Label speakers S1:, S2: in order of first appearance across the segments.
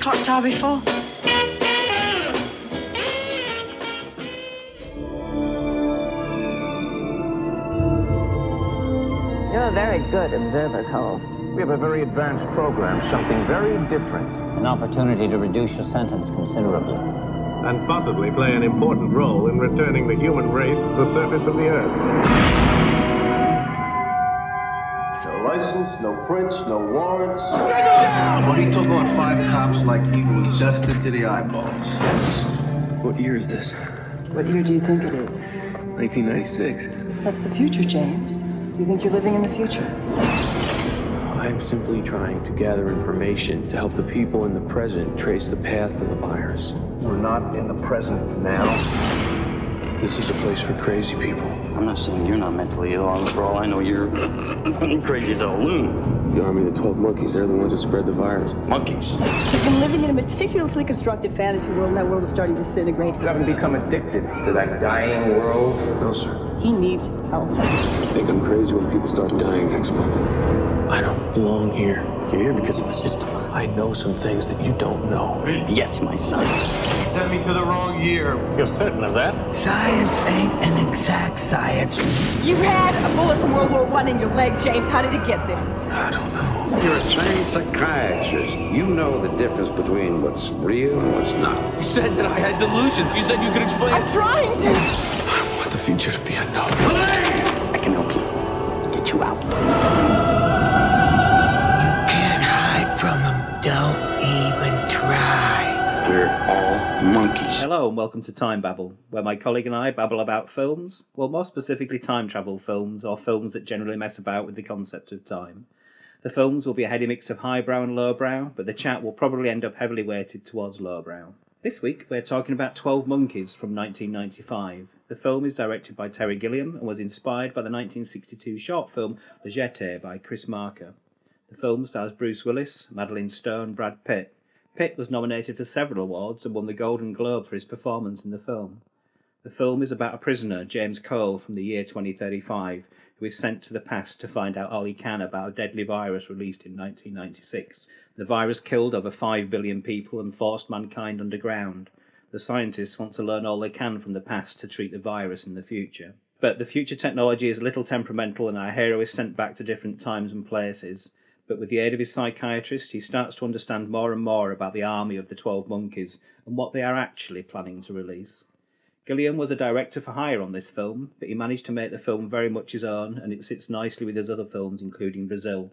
S1: clock tower before?
S2: You're a very good observer, Cole.
S3: We have a very advanced program, something very different,
S4: An opportunity to reduce your sentence considerably.
S5: and possibly play an important role in returning the human race to the surface of the earth.
S6: No license, no prints, no warrants. Take him down! But he took on five cops like he was dusted to the eyeballs.
S7: What year is this?
S8: What year do you think it is?
S7: 1996.
S8: That's the future, James. Do you think you're living in the future?
S7: I'm simply trying to gather information to help the people in the present trace the path of the virus.
S9: We're not in the present now.
S7: This is a place for crazy people.
S10: I'm not saying you're not mentally ill. I'm- For all I know, you're crazy as a loon.
S7: The army of the 12 monkeys, they're the ones that spread the virus.
S10: Monkeys.
S11: You've been living in a meticulously constructed fantasy world, and that world is starting to disintegrate.
S3: become addicted to that dying world.
S7: No, sir.
S11: He needs help.
S7: I think I'm crazy when people start dying next month. I don't belong here.
S10: You're here because of the system.
S7: I know some things that you don't know.
S10: Yes, my son.
S9: Sent me to the wrong year.
S5: You're certain of that?
S2: Science ain't an exact science.
S11: You had a bullet from World War One in your leg, James. How did it get there?
S7: I don't know.
S6: You're a trained psychiatrist. You know the difference between what's real and what's not.
S9: You said that I had delusions. You said you could explain.
S11: I'm trying to.
S7: I want the future to be unknown.
S10: I can help you. Get you out.
S2: You can't hide from them. Don't even try.
S10: We're all monkeys.
S12: Hello and welcome to Time Babble, where my colleague and I babble about films, well, more specifically time travel films, or films that generally mess about with the concept of time. The films will be a heady mix of highbrow and lowbrow, but the chat will probably end up heavily weighted towards lowbrow. This week, we're talking about 12 Monkeys from 1995. The film is directed by Terry Gilliam and was inspired by the 1962 short film Le Jeté by Chris Marker. The film stars Bruce Willis, Madeline Stone, Brad Pitt. Pitt was nominated for several awards and won the Golden Globe for his performance in the film. The film is about a prisoner, James Cole, from the year 2035, who is sent to the past to find out all he can about a deadly virus released in 1996. The virus killed over 5 billion people and forced mankind underground. The scientists want to learn all they can from the past to treat the virus in the future. But the future technology is a little temperamental, and our hero is sent back to different times and places but with the aid of his psychiatrist, he starts to understand more and more about the army of the Twelve Monkeys and what they are actually planning to release. Gilliam was a director for hire on this film, but he managed to make the film very much his own, and it sits nicely with his other films, including Brazil.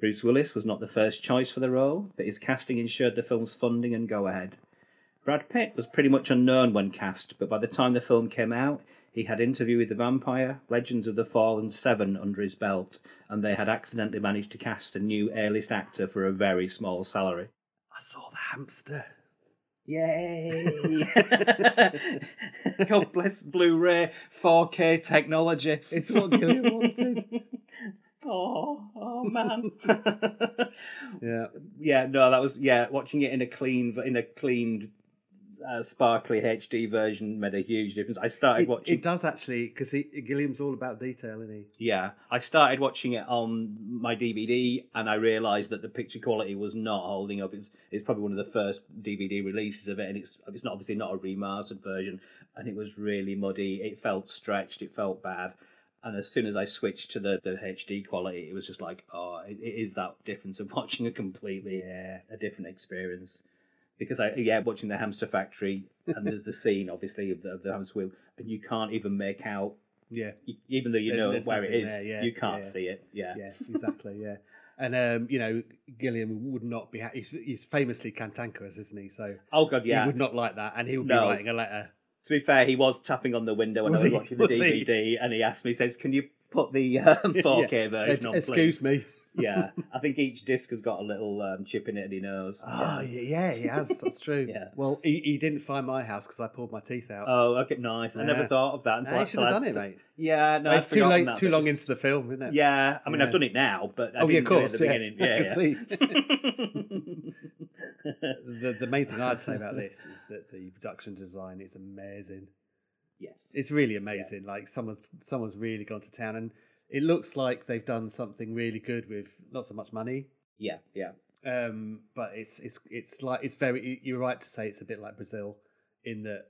S12: Bruce Willis was not the first choice for the role, but his casting ensured the film's funding and go ahead. Brad Pitt was pretty much unknown when cast, but by the time the film came out, he had Interview with the Vampire, Legends of the Fall, and Seven under his belt, and they had accidentally managed to cast a new A list actor for a very small salary.
S9: I saw the hamster.
S12: Yay! God bless Blu ray 4K technology.
S9: It's what Gillian wanted.
S12: Oh, oh man.
S9: Yeah.
S12: yeah, no, that was yeah. Watching it in a clean, in a cleaned, uh, sparkly HD version made a huge difference. I started
S9: It,
S12: watching.
S9: it does actually, because Gilliam's all about detail, isn't he?
S12: Yeah, I started watching it on my DVD, and I realised that the picture quality was not holding up. It's it's probably one of the first DVD releases of it, and it's it's not obviously not a remastered version, and it was really muddy. It felt stretched. It felt bad. And as soon as I switched to the, the HD quality, it was just like, oh, it, it is that difference of watching a completely a different experience. Because I yeah, watching the hamster factory, and there's the scene obviously of the, of the hamster wheel, and you can't even make out
S9: Yeah.
S12: you- even though you
S9: There-
S12: know
S9: there's
S12: where it
S9: nothing
S12: is,
S9: there, yeah,
S12: you can't
S9: yeah.
S12: see it. Yeah.
S9: Yeah, exactly. Yeah. And, um, you know, Gilliam would not be, ha- he's, he's famously cantankerous, isn't he? So
S12: Oh god, yeah.
S9: he would not like that. And he would be
S12: No.
S9: writing a letter.
S12: To be fair, he was tapping on the window when
S9: Was
S12: I was
S9: he?
S12: watching the
S9: Was he?
S12: DVD, and he asked me, he says, "Can you put the um, 4K version
S9: Ex-
S12: on,
S9: Excuse
S12: please?"
S9: me.
S12: yeah, I think each disc has got a little um, chip in it, and he knows.
S9: Oh, yeah, he has. That's true.
S12: Yeah.
S9: Well, he, he didn't find my house because I pulled my teeth out.
S12: Oh, okay, nice. I never
S9: Yeah.
S12: thought of that. Until
S9: Nah,
S12: I
S9: you should have
S12: till I-
S9: done it, mate.
S12: Yeah, no, I'd
S9: it's too
S12: forgotten
S9: late,
S12: that
S9: too
S12: bit.
S9: long into the film, isn't it?
S12: Yeah, I mean, I've
S9: Yeah.
S12: done it now, but I
S9: oh, yeah, of
S12: didn't do it
S9: course. yeah.
S12: at the beginning.
S9: I
S12: Yeah,
S9: can
S12: yeah.
S9: see. the, the main thing I'd say about this is that the production design is amazing.
S12: yes.
S9: It's really amazing. Like someone's someone's really gone to town, and it looks like they've done something really good with not so much money.
S12: Yeah, yeah.
S9: Um, but it's it's it's like it's very. You're right to say it's a bit like Brazil in that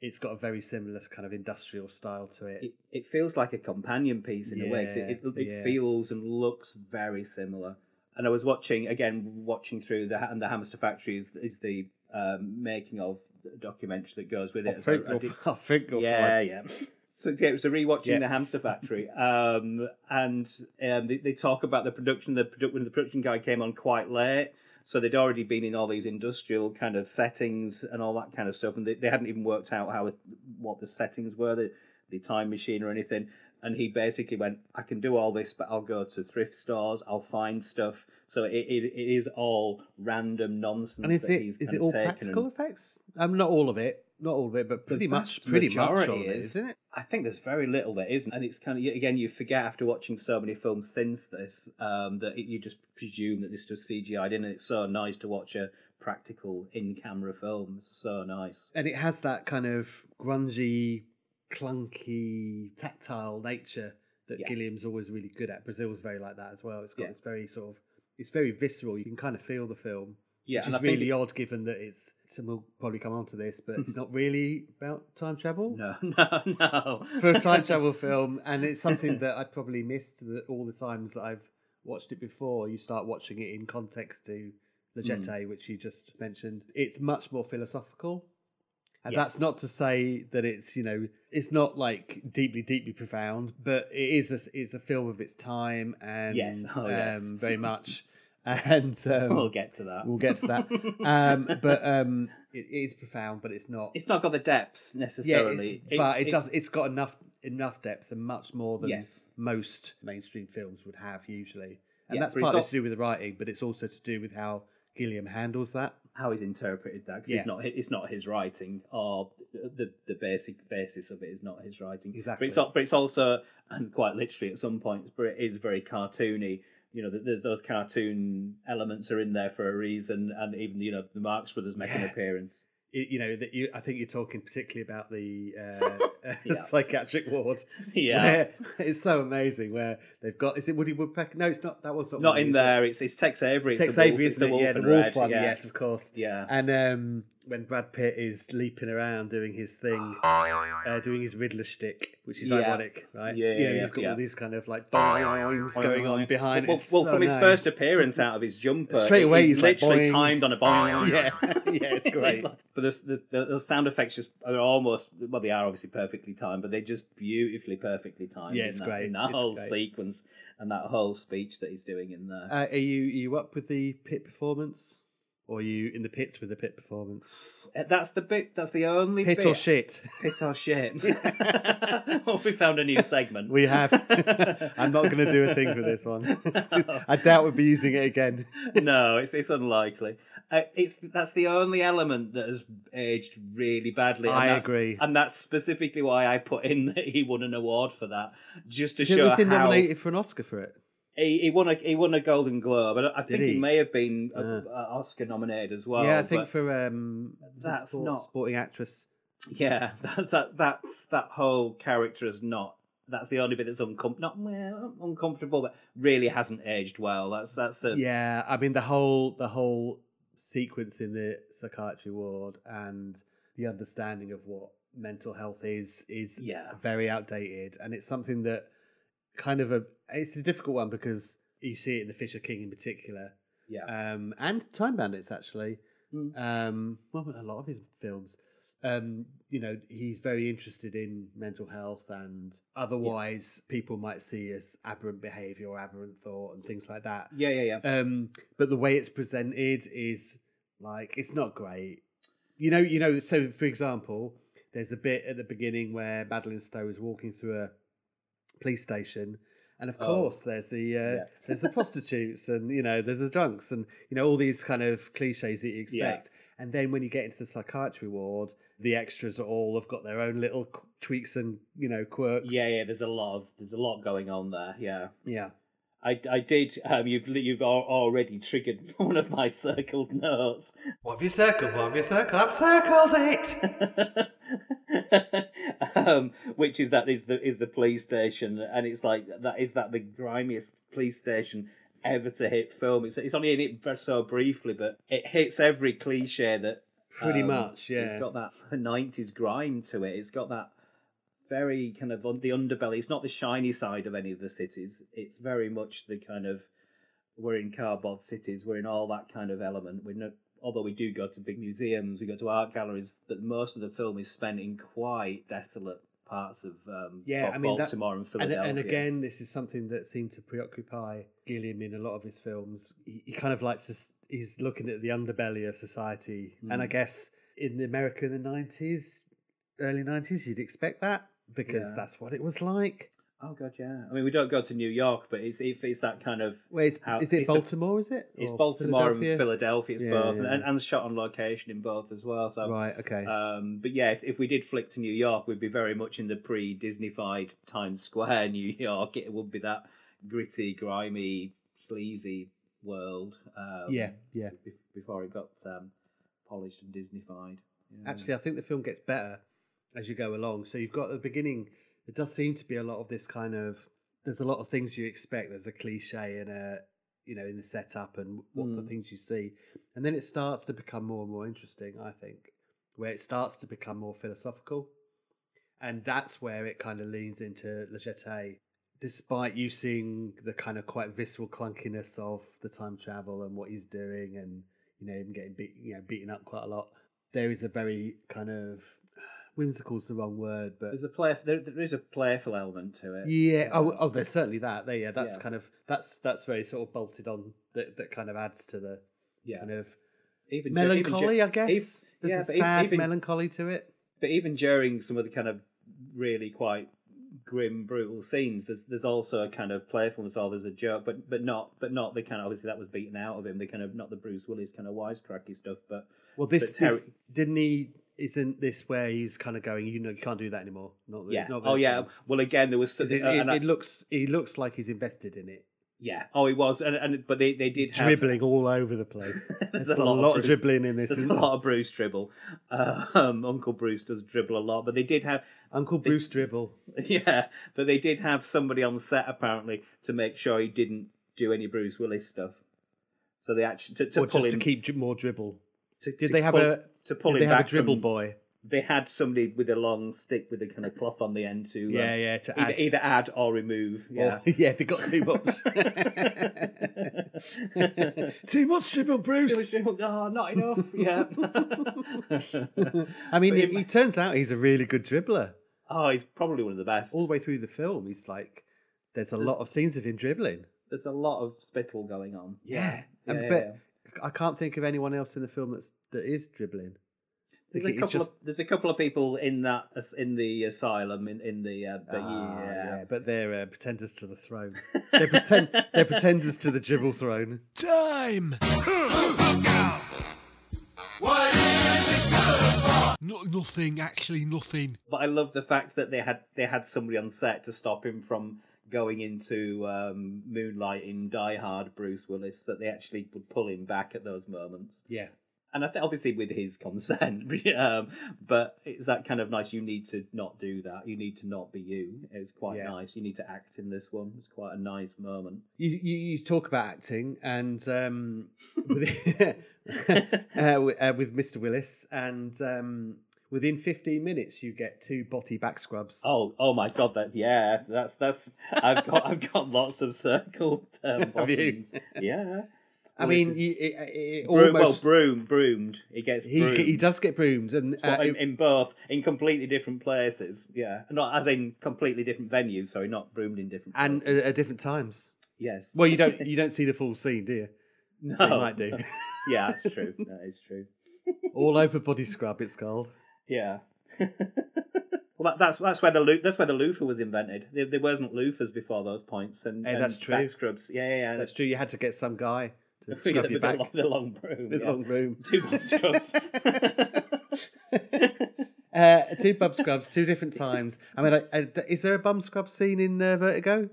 S9: it's got a very similar kind of industrial style to it.
S12: It, it feels like a companion piece in a way. 'cause it it, it
S9: Yeah, yeah.
S12: feels and looks very similar. And I was watching again, watching through the and the Hamster Factory is, is the um, making of documentary that goes with
S9: I
S12: it.
S9: think
S12: I
S9: you'll-
S12: did-
S9: I think you'll
S12: yeah,
S9: find-
S12: yeah. So yeah, it was a rewatching
S9: Yeah.
S12: the Hamster Factory, um, and um, they, they talk about the production. The produ- when the production guy came on quite late, so they'd already been in all these industrial kind of settings and all that kind of stuff, and they, they hadn't even worked out how it- what the settings were, the, the time machine or anything. And he basically went, "I can do all this, but I'll go to thrift stores. I'll find stuff." So it, it, it is all random nonsense.
S9: And is
S12: that
S9: it
S12: he's
S9: is
S12: kind
S9: it
S12: of
S9: all
S12: taken and-
S9: practical effects? Um, not all of it, not all of it, but pretty much,
S12: vast
S9: pretty much
S12: majority
S9: all of it, isn't it?
S12: I think there's very little that isn't, and it's kind of again you forget after watching so many films since this um, that it, you just presume that this just CGI'd in, and it's so nice to watch a practical in-camera film. It's so nice.
S9: And it has that kind of grungy, clunky, tactile nature that Gilliam's always really good at. Brazil's very like that as well. It's got
S12: Yeah.
S9: this very sort of it's very visceral. You can kind of feel the film.
S12: Yeah,
S9: which
S12: and
S9: is
S12: I think-
S9: really odd given that it's, so we'll probably come on to this, but it's not really about time travel.
S12: No, no, no.
S9: for a time travel film, and it's something that I probably missed the, all the times that I've watched it before. You start watching it in context to Le
S12: Hmm.
S9: Jetée, which you just mentioned. It's much more philosophical, and
S12: Yes.
S9: that's not to say that it's you know it's not like deeply deeply profound, but it is a, it's a film of its time and
S12: Yes. Oh,
S9: um,
S12: yes. Oh,
S9: very much. And um,
S12: We'll get to that.
S9: We'll get to that. um, but um, it, it is profound, but it's not.
S12: It's not got the depth necessarily,
S9: Yeah, it-
S12: It's-
S9: but it
S12: it's-
S9: does. It's got enough enough depth and much more than
S12: Yes.
S9: most mainstream films would have usually. And
S12: Yeah,
S9: that's
S12: but it's
S9: partly
S12: al-
S9: to do with the writing, but it's also to do with how Gilliam handles that.
S12: How he's interpreted that because
S9: Yeah.
S12: it's not hi- it's not his writing or the the basic basis of it is not his writing
S9: Exactly.
S12: But it's al- but it's also and quite literally at some points, but it is very cartoony. You know, th th those cartoon elements are in there for a reason, and even you know the Marx Brothers make an
S9: Yeah.
S12: appearance.
S9: It- you know that you. I think you're talking particularly about the uh, uh, psychiatric ward.
S12: Yeah.
S9: where- it's so amazing. Where they've got is it Woody Woodpecker? No, it's not. That was not.
S12: Not
S9: Woody,
S12: in
S9: is it?
S12: there. It's it's Tex Avery. it's
S9: Tex
S12: the wolf-
S9: Avery,
S12: it's
S9: isn't it? Yeah,
S12: in
S9: the wolf
S12: red,
S9: one.
S12: yeah.
S9: Yes, of course.
S12: Yeah.
S9: And um, when Brad Pitt is leaping around doing his thing, uh, doing his Riddler shtick, which is
S12: Yeah.
S9: ironic, right?
S12: Yeah,
S9: You know,
S12: yeah,
S9: he's got
S12: yeah.
S9: all these kind of like boings going on behind.
S12: Well,
S9: It's
S12: well
S9: so
S12: from his
S9: nice.
S12: first appearance out of his jumper,
S9: Straight
S12: it-
S9: away
S12: it
S9: he's like,
S12: literally
S9: boing.
S12: timed on a boing.
S9: Yeah, yeah, it's great.
S12: like- but the, the, the, the sound effects just are almost well, they are obviously perfectly timed, but they're just beautifully perfectly timed.
S9: Yeah,
S12: in
S9: it's
S12: that,
S9: great.
S12: in that
S9: It's
S12: whole
S9: great.
S12: sequence and that whole speech that he's doing in there.
S9: Uh, are you are you up with the Pitt performance, or are you in the pits with the Pitt performance?
S12: Uh, That's the bit. That's the only
S9: Pit
S12: bit.
S9: or shit.
S12: Pit or shit. well, we found a new segment.
S9: We have. I'm not going to do a thing for this one. I doubt we'll be using it again.
S12: no, it's it's unlikely. Uh, it's that's the only element that has aged really badly. and
S9: I
S12: that's-
S9: agree.
S12: and that's specifically why I put in that he won an award for that, just to
S9: Did
S12: show
S9: was he
S12: how
S9: nominated for an Oscar for it?
S12: he, he won a he won a Golden Globe. I, don't- I think he?
S9: he?
S12: may have been a,
S9: Uh.
S12: a Oscar nominated as well.
S9: yeah, I think
S12: but
S9: for um, the
S12: that's
S9: sport-
S12: not-
S9: sporting actress.
S12: yeah that, that that's that whole character is not. That's the only bit that's uncom- not well, uncomfortable, but really hasn't aged well. That's that's a,
S9: Yeah, I mean the whole the whole sequence in the psychiatry ward and the understanding of what mental health is is
S12: Yeah.
S9: very outdated, and it's something that kind of a it's a difficult one because you see it in the Fisher King in particular,
S12: yeah.
S9: um, and Time Bandits actually.
S12: Mm.
S9: Um, well, a lot of his films. Um, you know, he's very interested in mental health, and otherwise people might see as aberrant behaviour or aberrant thought and things like that.
S12: yeah, yeah, yeah.
S9: Um, but the way it's presented is like it's not great. You know, you know. So, for example, there's a bit at the beginning where Madeline Stowe is walking through a police station, and of
S12: Oh.
S9: course, there's the uh,
S12: Yeah.
S9: there's the prostitutes, and you know, there's the drunks, and you know, all these kind of cliches that you expect. And then when you get into the psychiatry ward, the extras are all have got their own little qu- tweaks and you know quirks.
S12: Yeah, yeah. There's a lot of there's a lot going on there. Yeah,
S9: yeah.
S12: I, I did. Um, you've you've al- already triggered one of my circled notes.
S9: What have you circled? What have you circled? I've circled it.
S12: um, which is that is the is the police station, and it's like that is that the grimiest police station ever to hit film. It's it's only in it very so briefly, but it hits every cliche that
S9: Pretty much, yeah.
S12: Um, It's got that nineties grime to it. It's got that very kind of on the underbelly. It's not the shiny side of any of the cities. It's very much the kind of we're in cardboard cities. We're in all that kind of element. We're not, although we do go to big museums, we go to art galleries, but most of the film is spent in quite desolate parts of um,
S9: yeah, I mean that-
S12: Baltimore and Philadelphia.
S9: And, again, this is something that seemed to preoccupy Gilliam in a lot of his films. He, he kind of likes to, s- he's looking at the underbelly of society, and I
S12: Mm.
S9: guess in America in the nineties, early nineties, you'd expect that because
S12: Yeah.
S9: that's what it was like.
S12: Oh god, yeah. I mean, we don't go to New York, but it's it- it's that kind of.
S9: Wait, is,
S12: how-
S9: is it
S12: it's the-
S9: Baltimore? is it?
S12: It's
S9: Or
S12: Baltimore and Philadelphia, it's
S9: Yeah,
S12: both,
S9: yeah,
S12: And,
S9: yeah.
S12: and shot on location in both as well. So
S9: Right. Okay.
S12: Um, but yeah, if, if we did flick to New York, we'd be very much in the pre-Disneyfied Times Square New York. It would be that gritty, grimy, sleazy world. Um,
S9: Yeah, yeah.
S12: be- Before it got um, polished and Disneyfied. Yeah.
S9: Actually, I think the film gets better as you go along. So you've got at the beginning. It does seem to be a lot of this kind of. There's a lot of things you expect. There's a cliche and a you know in the setup and what the
S12: Mm.
S9: things you see, and then it starts to become more and more interesting. I think where it starts to become more philosophical, and that's where it kind of leans into Le Jeté. Despite you seeing the kind of quite visceral clunkiness of the time travel and what he's doing, and you know him getting beat, you know beaten up quite a lot, there is a very kind of whimsical is the wrong word, but
S12: there's a play. There, there is a playful element to it.
S9: yeah, oh, oh, there's certainly that. There, yeah, that's
S12: Yeah.
S9: kind of that's that's very sort of bolted on that that kind of adds to the
S12: Yeah.
S9: kind of
S12: Even ju- even ju-
S9: melancholy, I guess.
S12: ev-
S9: there's
S12: yeah,
S9: a
S12: but ev-
S9: sad
S12: even-
S9: melancholy to it.
S12: But even during some of the kind of really quite grim, brutal scenes, there's there's also a kind of playfulness or there's a joke, but but not but not the kind of obviously that was beaten out of him, the kind of not the Bruce Willis kind of wisecracky stuff, but
S9: Well, this,
S12: but Terry-
S9: this didn't he? Isn't this where he's kind of going? You know, you can't do that anymore. Not the,
S12: yeah.
S9: Not
S12: Oh
S9: this
S12: yeah.
S9: one."
S12: Well again there was
S9: 'Cause It,
S12: uh,
S9: it-
S12: and I-
S9: it looks he looks like he's invested in it.
S12: yeah. Oh he was and, and but they, they did
S9: He's
S12: have-
S9: dribbling all over the place.
S12: There's
S9: there's,
S12: a
S9: a,
S12: lot of
S9: lot, of
S12: Bruce-
S9: dribbling in this.
S12: There's a
S9: isn't
S12: lot
S9: there?
S12: of Bruce dribble. Uh, um, Uncle Bruce does dribble a lot, but they did have
S9: Uncle
S12: they-
S9: Bruce dribble.
S12: Yeah, but they did have somebody on set apparently to make sure he didn't do any Bruce Willis stuff. So they actually to, to
S9: or
S12: pull
S9: just to
S12: him.
S9: keep dri- more dribble.
S12: to-
S9: Did
S12: to
S9: they have
S12: pull-
S9: a
S12: to pull
S9: did
S12: him
S9: they have
S12: back
S9: a dribble
S12: from-
S9: boy?
S12: They had somebody with a long stick with a kind of cloth on the end to um,
S9: Yeah, yeah, to
S12: either,
S9: add.
S12: either add or remove. Yeah.
S9: Or- yeah, if it got too much. too much dribble, Bruce.
S12: oh, not enough. Yeah.
S9: I mean,
S12: But
S9: it, it turns out he's a really good dribbler.
S12: oh, he's probably one of the best.
S9: All the way through the film, he's like, there's a lot
S12: There's-
S9: of scenes of him dribbling.
S12: There's a lot of spittle going on.
S9: Yeah. And,
S12: Yeah,
S9: but
S12: yeah.
S9: I can't think of anyone else in the film that's that is dribbling. I
S12: There's
S9: think
S12: a,
S9: it's
S12: couple
S9: just-
S12: of, there's a couple of people in that in the asylum in, in the uh, but
S9: Ah,
S12: yeah.
S9: but they're uh, pretenders to the throne. They're pretend. they're pretenders to the dribble throne.
S2: Time! No, nothing, actually, nothing.
S12: But I love the fact that they had they had somebody on set to stop him from going into um, Moonlight in Die Hard Bruce Willis. That they actually would pull him back at those moments,
S9: Yeah.
S12: and I think obviously with his consent. um, but it's that kind of nice. You need to not do that. You need to not be you. It's quite
S9: Yeah.
S12: nice. You need to act in this one. It's quite a nice moment.
S9: You, you, you talk about acting and um, with, uh, wi- uh, with Mr. Willis, and um, within 15 minutes, you get two body back scrubs.
S12: Oh, oh my God! That yeah, that's that's. I've got I've got lots of circled. Um,
S9: Have you?
S12: bottom- Yeah.
S9: I
S12: well,
S9: mean,
S12: it's-
S9: you, it, it it
S12: Broom,
S9: almost.
S12: well, broom, broomed. He gets
S9: he,
S12: broomed.
S9: he does get broomed, and uh,
S12: Well, in,
S9: it-
S12: in both, in completely different places. Yeah, not as in completely different venues. Sorry, not broomed in different.
S9: and
S12: places.
S9: uh, at different times.
S12: yes.
S9: Well, you don't you don't see the full scene, do you?
S12: no.
S9: So you might do.
S12: yeah, that's true. That is true.
S9: All over body scrub, it's called.
S12: Yeah. well, that, that's that's where the loo- that's where the loofah was invented. There, there wasn't loofahs before those points, and,
S9: Eh,
S12: and
S9: that's true.
S12: back scrubs. Yeah, yeah, yeah.
S9: That's true. You had to get some guy to
S12: Yeah,
S9: scrub
S12: with
S9: your
S12: the,
S9: back.
S12: Long, the long broom.
S9: The
S12: yeah.
S9: long broom.
S12: Two bob scrubs.
S9: Uh, two bum scrubs, two different times. I mean, I, I, is there a bum scrub scene in uh, Vertigo?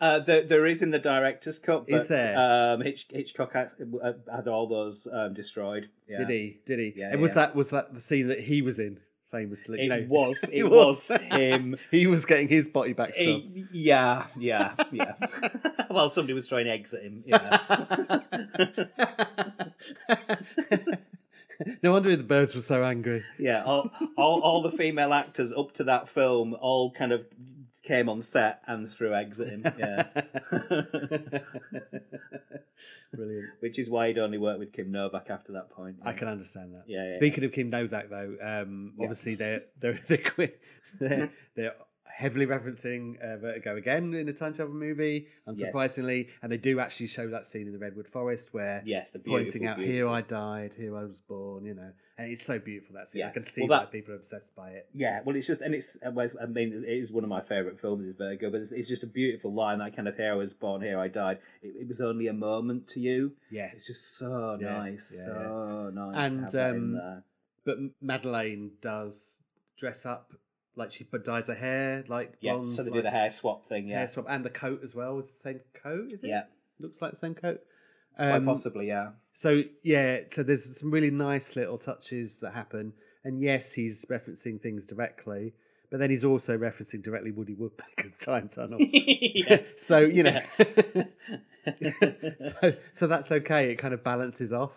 S12: Uh, there, there is in the director's cut. But,
S9: Is there?
S12: Um, Hitch, Hitchcock had, uh, had all those um, destroyed. Yeah.
S9: Did he? Did he?
S12: Yeah,
S9: and was
S12: yeah.
S9: that was that the scene that he was in? famously.
S12: It
S9: No.
S12: was.
S9: He
S12: It was him.
S9: he was getting his body back stuff.
S12: He- yeah, yeah, yeah. well, somebody was trying to exit him. Yeah.
S9: No wonder the birds were so angry.
S12: Yeah, all, all, all the female actors up to that film all kind of came on set and threw eggs at him. Yeah.
S9: Brilliant.
S12: Which is why he'd only worked with Kim Novak after that point.
S9: I can understand that.
S12: Yeah, yeah,
S9: Speaking of Kim Novak, though, um,
S12: Yeah. Mm-hmm.
S9: obviously they're they're they're, qui- they're, they're heavily referencing uh, Vertigo again in the time travel movie,
S12: Yes.
S9: unsurprisingly, and they do actually show that scene in the Redwood Forest where
S12: Yes, the
S9: pointing
S12: beautiful,
S9: out here
S12: beautiful-
S9: I died, here I was born, you know, and it's so beautiful that scene. I
S12: Yeah.
S9: can see
S12: Well, that-
S9: why people are obsessed by it.
S12: Yeah, well, it's just, and it's, uh, well, I mean, it is one of my favourite films, is Virgo, but it's, it's just a beautiful line that kind of, here I was born, here I died. It, it was only a moment to you.
S9: Yeah,
S12: It's just so
S9: Yeah,
S12: nice,
S9: yeah,
S12: so nice. to
S9: And,
S12: have that in
S9: um,
S12: there.
S9: but M- Madeleine does dress up like she but dyes her hair like
S12: yeah,
S9: blonde.
S12: so they
S9: like,
S12: do the hair swap thing, yeah.
S9: hair swap and the coat as well. Is the same coat? Is it?
S12: Yeah,
S9: looks like the same coat.
S12: quite
S9: Um,
S12: possibly, yeah.
S9: So yeah, so there's some really nice little touches that happen, and yes, he's referencing things directly, but then he's also referencing directly Woody Woodpecker's time tunnel.
S12: yes.
S9: so you know,
S12: Yeah.
S9: so so that's okay. It kind of balances off,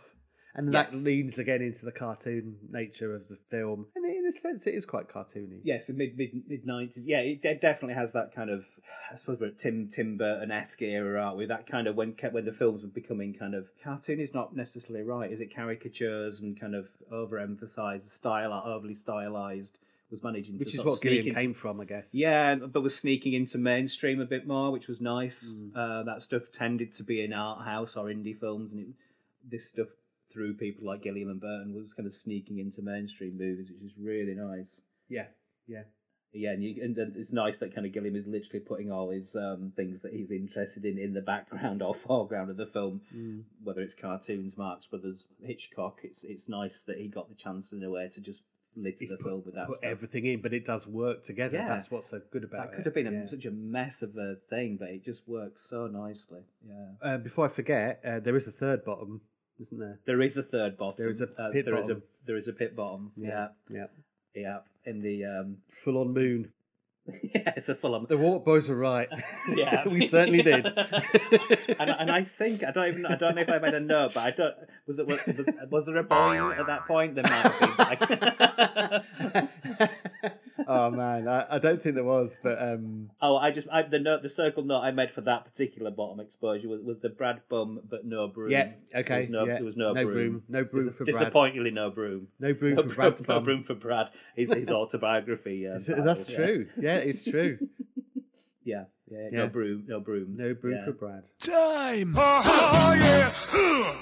S9: and that
S12: Yes.
S9: leans again into the cartoon nature of the film, and in a sense, it is quite cartoony.
S12: Yeah, so mid mid mid nineties. Yeah, it de- definitely has that kind of I suppose we're at Tim Tim Burton esque era, aren't we? That kind of when ca- when the films were becoming kind of cartoon is not necessarily right, is it? Caricatures and kind of overemphasized style, overly stylized was managing to
S9: Which is
S12: sort of
S9: what
S12: sneak
S9: Gilliam
S12: into-
S9: came from, I guess.
S12: Yeah, but was sneaking into mainstream a bit more, which was nice.
S9: Hmm.
S12: Uh, that stuff tended to be in art house or indie films, and it, this stuff through people like Gilliam and Burton was kind of sneaking into mainstream movies, which is really nice.
S9: yeah, yeah.
S12: Yeah, and, you, and then it's nice that kind of Gilliam is literally putting all his um, things that he's interested in in the background or foreground of the film,
S9: Mm.
S12: whether it's cartoons, Marx Brothers, Hitchcock. It's it's nice that he got the chance in a way to just litter
S9: He's
S12: the film with that
S9: Put
S12: stuff.
S9: everything in, but it does work together.
S12: Yeah.
S9: That's what's so good about
S12: that
S9: it.
S12: could have been a,
S9: Yeah.
S12: such a mess of a thing, but it just works so nicely. Yeah,
S9: Uh, before I forget, uh, there is a third bottom, isn't there?
S12: there is a third bottom.
S9: There is a
S12: uh,
S9: pit
S12: there is
S9: bottom.
S12: a there is a pit bottom. Yeah,
S9: Yeah.
S12: yeah. In the um,
S9: Full on moon.
S12: yeah, it's a full on
S9: The water boys were right.
S12: Yeah.
S9: we certainly did.
S12: and, and I think I don't even I don't know if I made a note, but I don't was it was, was, was there a boy at that point? There might have been.
S9: oh man, I, I don't think there was, but um,
S12: oh, I just I, the note the circle note I made for that particular bottom exposure was, was the Brad bum but no broom.
S9: yeah, okay,
S12: There was no,
S9: yeah.
S12: there was no,
S9: no
S12: broom.
S9: no broom
S12: Dis-
S9: for Brad,
S12: disappointingly no broom.
S9: no broom
S12: No
S9: for
S12: bro-
S9: Brad's
S12: no
S9: bum.
S12: broom for Brad. His, his autobiography. Um,
S9: Is it- that's
S12: title, yeah.
S9: true. Yeah. it's true.
S12: Yeah. Yeah,
S9: Yeah.
S12: no broom, no brooms.
S9: No broom
S12: yeah.
S9: for Brad.
S2: Time! Oh, yeah!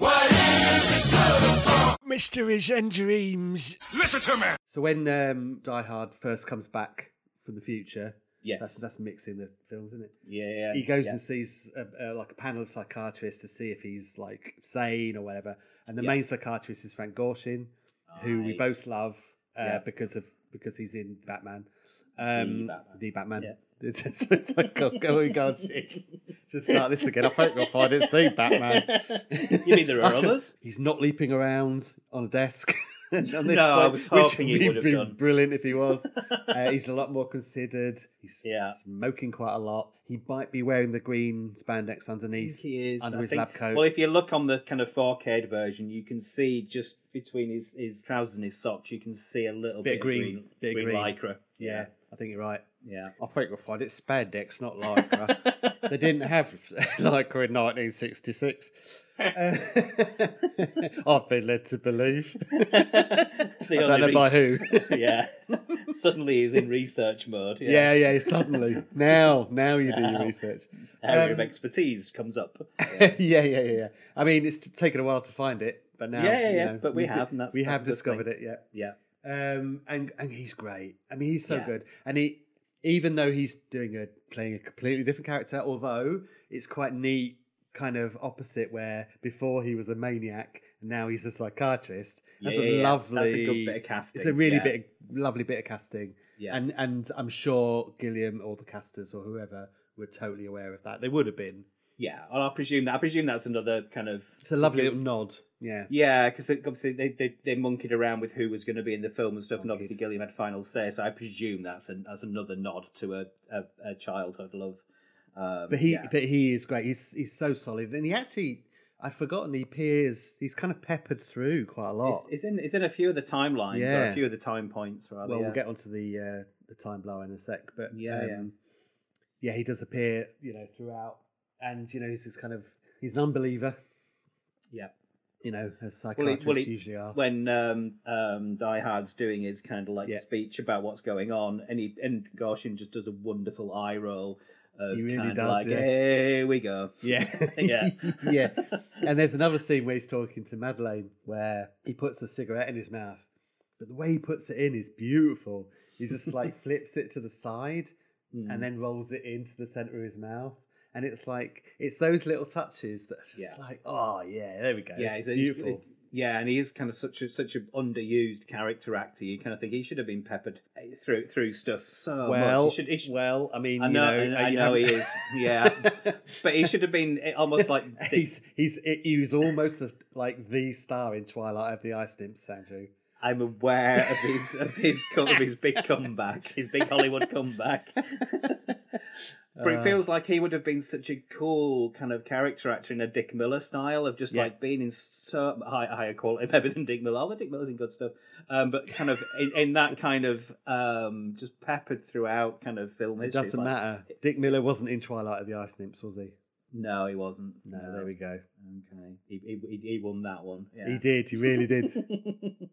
S2: what is it Mysteries and dreams. Listen to me!
S9: So when um, Die Hard first comes back from the future,
S12: Yes.
S9: that's that's mixing the films, isn't it?
S12: yeah, yeah.
S9: he goes
S12: yeah.
S9: and sees a, a, like a panel of psychiatrists to see if he's like sane or whatever. And the
S12: Yeah.
S9: main psychiatrist is Frank Gorshin, who we both
S12: Nice.
S9: love uh,
S12: Yeah.
S9: because of because he's in Batman. Um,
S12: Batman.
S9: the Batman.
S12: Yeah.
S9: It's, it's, it's like, oh, oh my god, shit. Just start this again. I hope you'll find it's the Batman.
S12: You mean there are others?
S9: He's not leaping around on a desk. on this
S12: No, I
S9: point,
S12: was
S9: which
S12: hoping he
S9: be-
S12: would have
S9: be
S12: done.
S9: Brilliant if he was. Uh, he's a lot more considered. He's
S12: Yeah.
S9: smoking quite a lot. He might be wearing the green spandex
S12: think
S9: underneath
S12: he is.
S9: under
S12: I
S9: his
S12: think-
S9: lab coat.
S12: Well, if you look on the kind of 4K version, you can see just between his, his trousers and his socks, you can see a little
S9: Bit
S12: bit,
S9: of green, bit of
S12: green,
S9: green.
S12: lycra.
S9: yeah, I think you're right.
S12: yeah.
S9: I think you'll find it's spandex, not lycra. they didn't have lycra in 1966. Uh, I've been led to believe.
S12: The
S9: I don't
S12: only
S9: know by
S12: reason-
S9: who.
S12: yeah. Suddenly he's in research mode.
S9: Yeah,
S12: Yeah.
S9: yeah, suddenly. Now, now you do your research.
S12: Area
S9: Um,
S12: of expertise comes up.
S9: yeah, yeah, yeah, yeah. I mean, it's taken a while to find it, but now,
S12: Yeah, yeah,
S9: you
S12: yeah,
S9: know,
S12: but we
S9: we've-
S12: have, and that's-
S9: we
S12: that's
S9: have
S12: a good
S9: discovered
S12: thing.
S9: it. Yeah,
S12: Yeah.
S9: um, and and he's great. I mean, he's so
S12: Yeah.
S9: good, and he even though he's doing a playing a completely different character, although it's quite neat, kind of opposite where before he was a maniac and now he's a psychiatrist. That's
S12: Yeah,
S9: a
S12: yeah, yeah. That's a
S9: lovely,
S12: good bit of casting,
S9: It's a really
S12: yeah.
S9: bit of, lovely bit of casting,
S12: Yeah.
S9: and and I'm sure Gilliam or the casters or whoever were totally aware of that. They would have been.
S12: Yeah, well, I presume that. I presume that's another kind of.
S9: It's a lovely little nod. Yeah.
S12: Yeah, because obviously they, they they monkeyed around with who was going to be in the film and stuff, and obviously Gilliam had final say. So I presume that's an, that's another nod to a a, a childhood love. Um,
S9: But he,
S12: yeah.
S9: but he is great. He's he's so solid, and he actually, I'd forgotten he peers. He's kind of peppered through quite a lot.
S12: It's, it's in it's in a few of the timelines, or
S9: Yeah.
S12: a few of the time points, rather.
S9: well,
S12: yeah.
S9: we'll get onto the uh, the time blower in a sec, but um,
S12: Yeah, yeah.
S9: yeah, he does appear, you know, throughout, and you know, he's this kind of he's an unbeliever,
S12: yeah.
S9: you know, as
S12: Well, he-
S9: psychiatrists
S12: well, he-
S9: usually are.
S12: When um, um, Die Hard's doing his kind of like
S9: Yeah.
S12: speech about what's going on, and he and Gorshin just does a wonderful eye roll. Of
S9: He really
S12: kind of
S9: does,
S12: Like,
S9: yeah.
S12: Here we go.
S9: Yeah.
S12: yeah.
S9: yeah. And there's another scene where he's talking to Madeleine where he puts a cigarette in his mouth, but the way he puts it in is beautiful. He just like flips it to the side
S12: Hmm.
S9: and then rolls it into the center of his mouth. And it's like, it's those little touches that are just
S12: Yeah.
S9: like, oh, yeah, there we go.
S12: Yeah, he's a- he's-
S9: beautiful.
S12: yeah, and he is kind of such a such an underused character actor. You kind of think he should have been peppered eh, through through stuff so
S9: well,
S12: much. He should, he should-
S9: well, I mean,
S12: I know, I know,
S9: you know,
S12: I
S9: you
S12: know he
S9: haven't-
S12: is. Yeah, but he should have been eh, almost like
S9: he's he's he was almost a, like the star in Twilight of the Ice Nymphs, Andrew.
S12: I'm aware of his of his, co- of his big comeback, his big Hollywood comeback. but it
S9: Uh,
S12: feels like he would have been such a cool kind of character actor in a Dick Miller style of just
S9: Yeah.
S12: like being in so high, higher quality maybe than Dick Miller. Although Dick Miller's in good stuff, um, but kind of in, in that kind of um, just peppered throughout kind of film
S9: It
S12: history.
S9: doesn't
S12: Like,
S9: matter. Dick Miller wasn't in Twilight of the Ice Nymphs, was he?
S12: No, he wasn't.
S9: No, there we go.
S12: Okay, he, he- he, he won that one. Yeah.
S9: He did. He really did.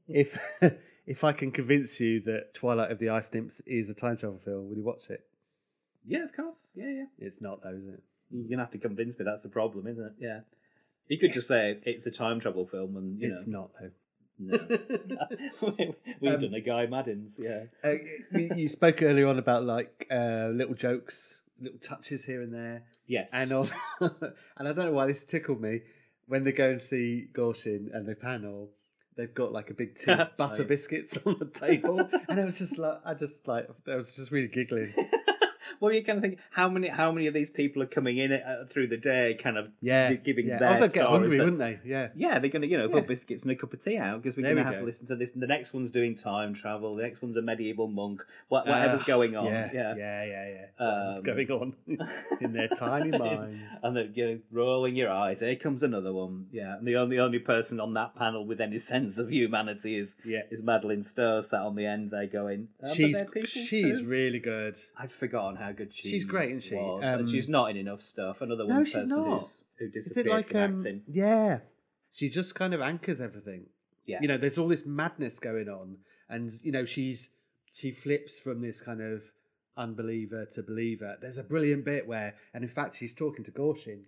S9: if if I can convince you that Twilight of the Ice Nymphs is a time travel film, will you watch it?
S12: Yeah, of course. Yeah, yeah.
S9: It's not, though, is it?
S12: You're gonna have to convince me that's the problem, isn't it? Yeah. You could just say it's a time travel film, and you
S9: It's
S12: know,
S9: not, though.
S12: no. we've
S9: Um,
S12: done a Guy Maddens, yeah.
S9: Uh, you, you spoke earlier on about like uh, little jokes, little touches here and there.
S12: Yes.
S9: And on, and I don't know why this tickled me when they go and see Gorshin and the panel. They've got like a big tin
S12: Oh,
S9: of butter
S12: yeah.
S9: biscuits on the table, and I was just like, I just like, I was just really giggling.
S12: well, you kind of think how many how many of these people are coming in uh, through the day, kind of
S9: Yeah,
S12: gi- giving
S9: yeah.
S12: their
S9: oh, they'd get
S12: stories
S9: hungry,
S12: that-
S9: wouldn't they? Yeah,
S12: Yeah, they're gonna you know
S9: Yeah.
S12: put biscuits and a cup of tea out because we're
S9: There
S12: gonna
S9: we
S12: have to
S9: go.
S12: listen to this. The next one's doing time travel. The next one's a medieval monk. What, whatever's going on.
S9: Ah, Yeah,
S12: yeah.
S9: yeah, yeah. yeah. What's
S12: Um,
S9: going on in their tiny minds?
S12: and then you know, rolling your eyes. Here comes another one. Yeah, and the only only person on that panel with any sense of humanity is
S9: Yeah,
S12: is Madeline Stowe sat on the end there going. Um,
S9: she's
S12: but they're people
S9: she's
S12: too.
S9: really good.
S12: I'd forgotten how good she
S9: She's great, isn't she?
S12: was, and
S9: Um,
S12: she's not in enough stuff. Another
S9: No,
S12: one
S9: she's
S12: person
S9: not.
S12: who's, who
S9: Is it
S12: disappeared
S9: like
S12: from
S9: um?
S12: acting.
S9: Yeah, she just kind of anchors everything.
S12: Yeah.
S9: you know, there's all this madness going on, and you know she's she flips from this kind of unbeliever to believer. There's a brilliant bit where, and in fact, she's talking to Gorshin,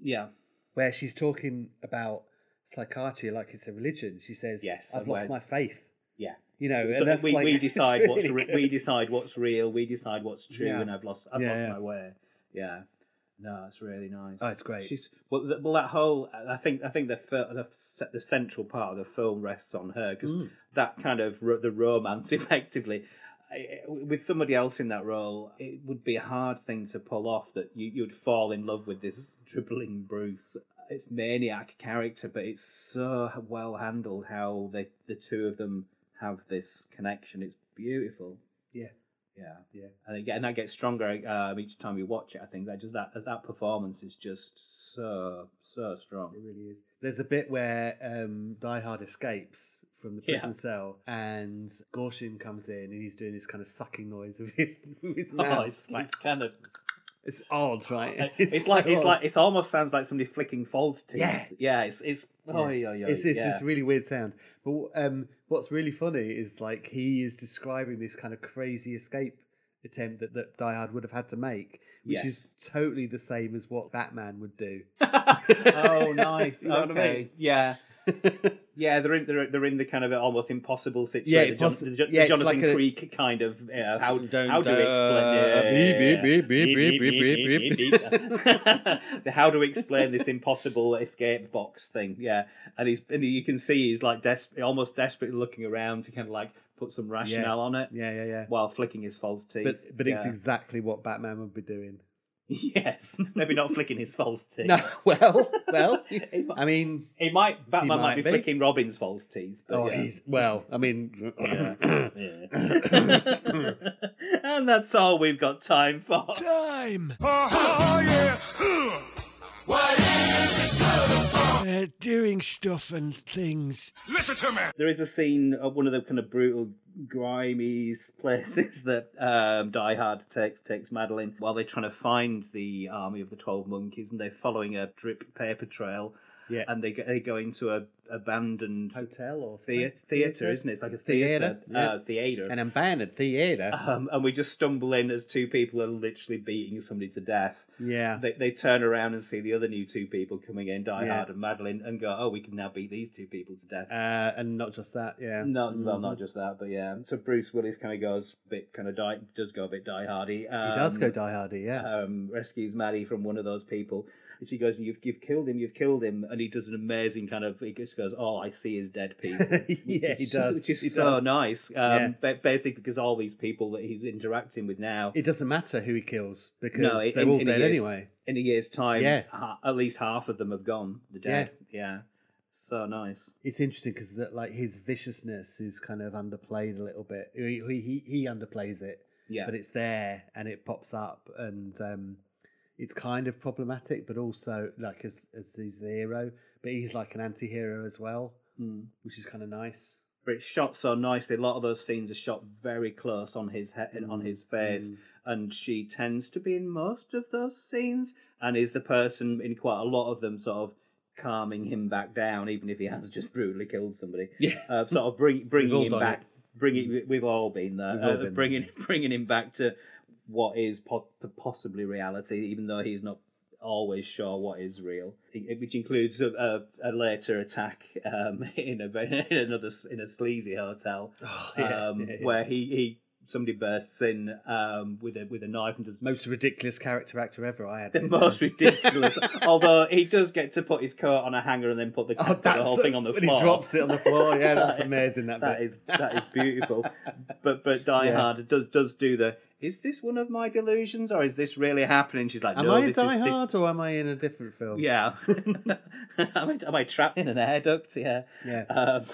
S12: Yeah,
S9: where she's talking about psychiatry like it's a religion. She says,
S12: Yes,
S9: I've
S12: and
S9: lost
S12: where-
S9: my faith."
S12: yeah.
S9: You know,
S12: So
S9: and that's
S12: we,
S9: like
S12: we
S9: it's
S12: decide what's
S9: really
S12: re- we
S9: good.
S12: decide what's real. We decide what's true,
S9: Yeah.
S12: and I've lost I've
S9: Yeah,
S12: lost
S9: yeah.
S12: my way. Yeah, no, it's really nice.
S9: Oh, it's great.
S12: She's well, th well that whole I think I think the fir- the, s- the central part of the film rests on her because
S9: Mm.
S12: that kind of ro- the romance effectively. I- With somebody else in that role, it would be a hard thing to pull off that you, you'd fall in love with this dribbling Bruce. It's maniac character, but it's so well handled how they, the two of them have this connection. It's beautiful.
S9: Yeah.
S12: Yeah.
S9: Yeah.
S12: And again, that gets stronger um, each time you watch it. I think that just that that performance is just so so strong.
S9: It really is. There's a bit where um, Die Hard escapes from the prison
S12: Yeah.
S9: cell, and Gorshin comes in, and he's doing this kind of sucking noise with his with his mouth.
S12: Oh,
S9: it's,
S12: it's, it's kind of
S9: odd, right?
S12: it's, like
S9: so
S12: it's
S9: odd.
S12: like it almost sounds like somebody flicking false teeth.
S9: Yeah.
S12: yeah. It's it's oh yeah yeah.
S9: It's, it's
S12: yeah.
S9: this really weird sound. But um, what's really funny is like he is describing this kind of crazy escape attempt that, that Die Hard would have had to make, which
S12: Yes.
S9: is totally the same as what Batman would do.
S12: oh nice.
S9: You know what I
S12: okay.
S9: mean?
S12: Yeah. yeah, they're in they're, they're in the kind of almost impossible situation.
S9: Yeah,
S12: the, Jon-
S9: impossi-
S12: the Jo- the
S9: yeah, it's
S12: Jonathan
S9: like a-
S12: Creek kind of uh, how
S9: Don't-
S12: how do we explain
S9: uh,
S12: yeah, yeah,
S9: beep, beep,
S12: yeah.
S9: beep, beep, beep,
S12: beep. how do we explain this impossible escape box thing? Yeah, and he's and you can see he's like des- almost desperately looking around to kind of like put some rationale on it
S9: Yeah, yeah, yeah.
S12: while flicking his false teeth.
S9: But but it's
S12: Yeah.
S9: exactly what Batman would be doing.
S12: Yes, maybe not flicking his false teeth.
S9: No, well, well. I mean,
S12: he might. Batman
S9: might
S12: might, be,
S9: be.
S12: flicking Robin's false teeth. but
S9: Oh,
S12: yeah.
S9: he's well. I mean,
S12: and that's all we've got time for.
S2: Time. Oh, yeah. What is it uh, doing stuff and things. Listen to me.
S12: There is a scene of one of the kind of brutal, grimy places that um, Die Hard takes takes Madeline while they're trying to find the army of the Twelve Monkeys, and they're following a drip paper trail.
S9: Yeah.
S12: and they go, they go into a abandoned
S9: hotel or
S12: theater, theater, isn't it? It's like a theater, uh, theater.
S9: an abandoned theater.
S12: um, and we just stumble in as two people are literally beating somebody to death.
S9: yeah,
S12: They, they turn around and see the other new two people coming in, Die
S9: Yeah.
S12: Hard and Madeline, and go, "Oh, we can now beat these two people to death."
S9: uh, mm-hmm. and not just that. Yeah,
S12: No, well, not just that, but yeah. So Bruce Willis kind of goes a bit, kind of die, does go a bit die hardy. Um,
S9: Mm-hmm. he does go die hardy. Yeah,
S12: Um, rescues Maddie from one of those people, and she goes, "You've you've killed him, you've killed him," and he does an amazing kind of. He just goes, "All I see is dead people."
S9: yeah,
S12: Which
S9: he
S12: is-
S9: does.
S12: Which is
S9: he
S12: so
S9: does.
S12: nice. Um,
S9: Yeah.
S12: ba- basically, because all these people that he's interacting with now,
S9: It doesn't matter who he kills because
S12: No, in-
S9: they're all
S12: in a
S9: dead
S12: year's-
S9: anyway.
S12: in a year's time,
S9: Yeah.
S12: ha- at least half of them have gone. The dead. Yeah. So nice.
S9: It's interesting because that like his viciousness is kind of underplayed a little bit. He he he, he underplays it,
S12: Yeah.
S9: but it's there and it pops up and um, it's kind of problematic, but also like as as he's the hero, but he's like an anti-hero as well,
S12: Mm.
S9: which is kind of nice.
S12: but it's shot so nicely. A lot of those scenes are shot very close on his head and on his face,
S9: Mm.
S12: and she tends to be in most of those scenes, and is the person in quite a lot of them, sort of calming him back down, even if he has just brutally killed somebody.
S9: Yeah.
S12: uh, sort of bring,
S9: all
S12: bringing him
S9: done
S12: back. Bringing we've all been there.
S9: Mm. We've all
S12: uh,
S9: been there.
S12: bringing bringing him back to what is po- possibly reality, even though he's not always sure what is real, i- which includes a, a, a later attack um, in, a, ve- in another s- in a sleazy hotel,
S9: yeah,
S12: um,
S9: yeah, yeah.
S12: where he, he somebody bursts in um, with a with a knife and does
S9: Most ridiculous character actor ever. I had
S12: the most ridiculous. Although he does get to put his coat on a hanger and then put the,
S9: Oh,
S12: the
S9: that's
S12: whole thing on the
S9: when
S12: floor.
S9: he drops it on the floor. Yeah, that's
S12: That-
S9: amazing. That,
S12: that
S9: bit.
S12: is that is beautiful. but but Die
S9: Yeah.
S12: Hard does does do the. Is this one of my delusions, or is this really happening? She's like,
S9: Am
S12: no,
S9: I a
S12: this is,
S9: Die
S12: this-
S9: Hard or am I in a different film?
S12: yeah. am, I, am I trapped in an air duct? Yeah.
S9: yeah.
S12: Um,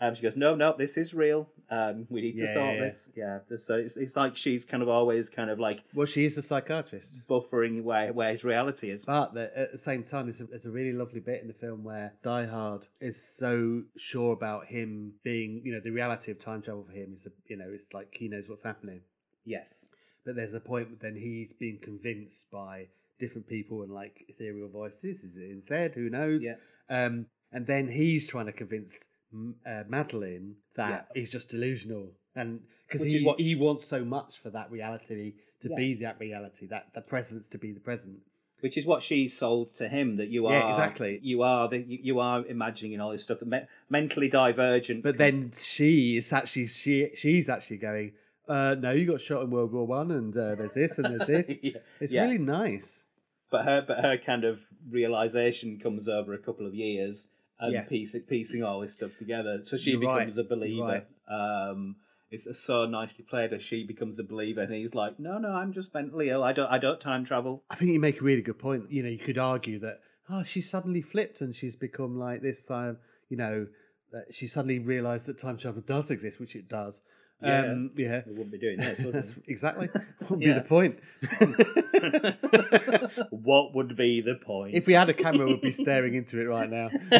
S12: um, she goes, no, no, this is real. Um, we need to
S9: Yeah,
S12: sort
S9: yeah, yeah.
S12: this. Yeah. So it's, it's like she's kind of always kind of like
S9: Well, she is a psychiatrist.
S12: Mm. buffering where where his reality is.
S9: But the, at the same time, there's a, there's a really lovely bit in the film where Die Hard is so sure about him being, you know, the reality of time travel for him is, a, you know, it's like he knows what's happening.
S12: Yes.
S9: But there's a point where then he's being convinced by different people and like ethereal voices. Is it in Zed? Who knows?
S12: Yeah.
S9: Um, and then he's trying to convince M- uh, Madeline that he's just delusional, and because
S12: Which
S9: he
S12: is what-
S9: he wants so much for that reality to
S12: Yeah.
S9: be that reality, that the presence to be the present.
S12: Which is what she sold to him that you are
S9: Yeah, exactly.
S12: you are the, you, you are imagining all this stuff me- mentally divergent
S9: But then she is actually she she's actually going. Uh, no, you got shot in World War One, and uh, there's this, and there's this.
S12: Yeah,
S9: It's
S12: yeah.
S9: really nice.
S12: but her but her kind of realization comes over a couple of years and
S9: Yeah.
S12: piecing piecing all this stuff together. So she
S9: You're right,
S12: becomes a believer. Um, it's so nicely played as she becomes a believer, and he's like, "No, no, I'm just mentally ill. I don't I don't time travel."
S9: I think you make a really good point. You know, you could argue that oh, she suddenly flipped and she's become like this time. You know, that she suddenly realised that time travel does exist, which it does.
S12: Yeah.
S9: um, yeah.
S12: We wouldn't be doing this. Would
S9: That's
S12: we?
S9: exactly That would
S12: Yeah.
S9: be the point.
S12: what would be the point?
S9: if we had a camera, we'd be staring into it right now.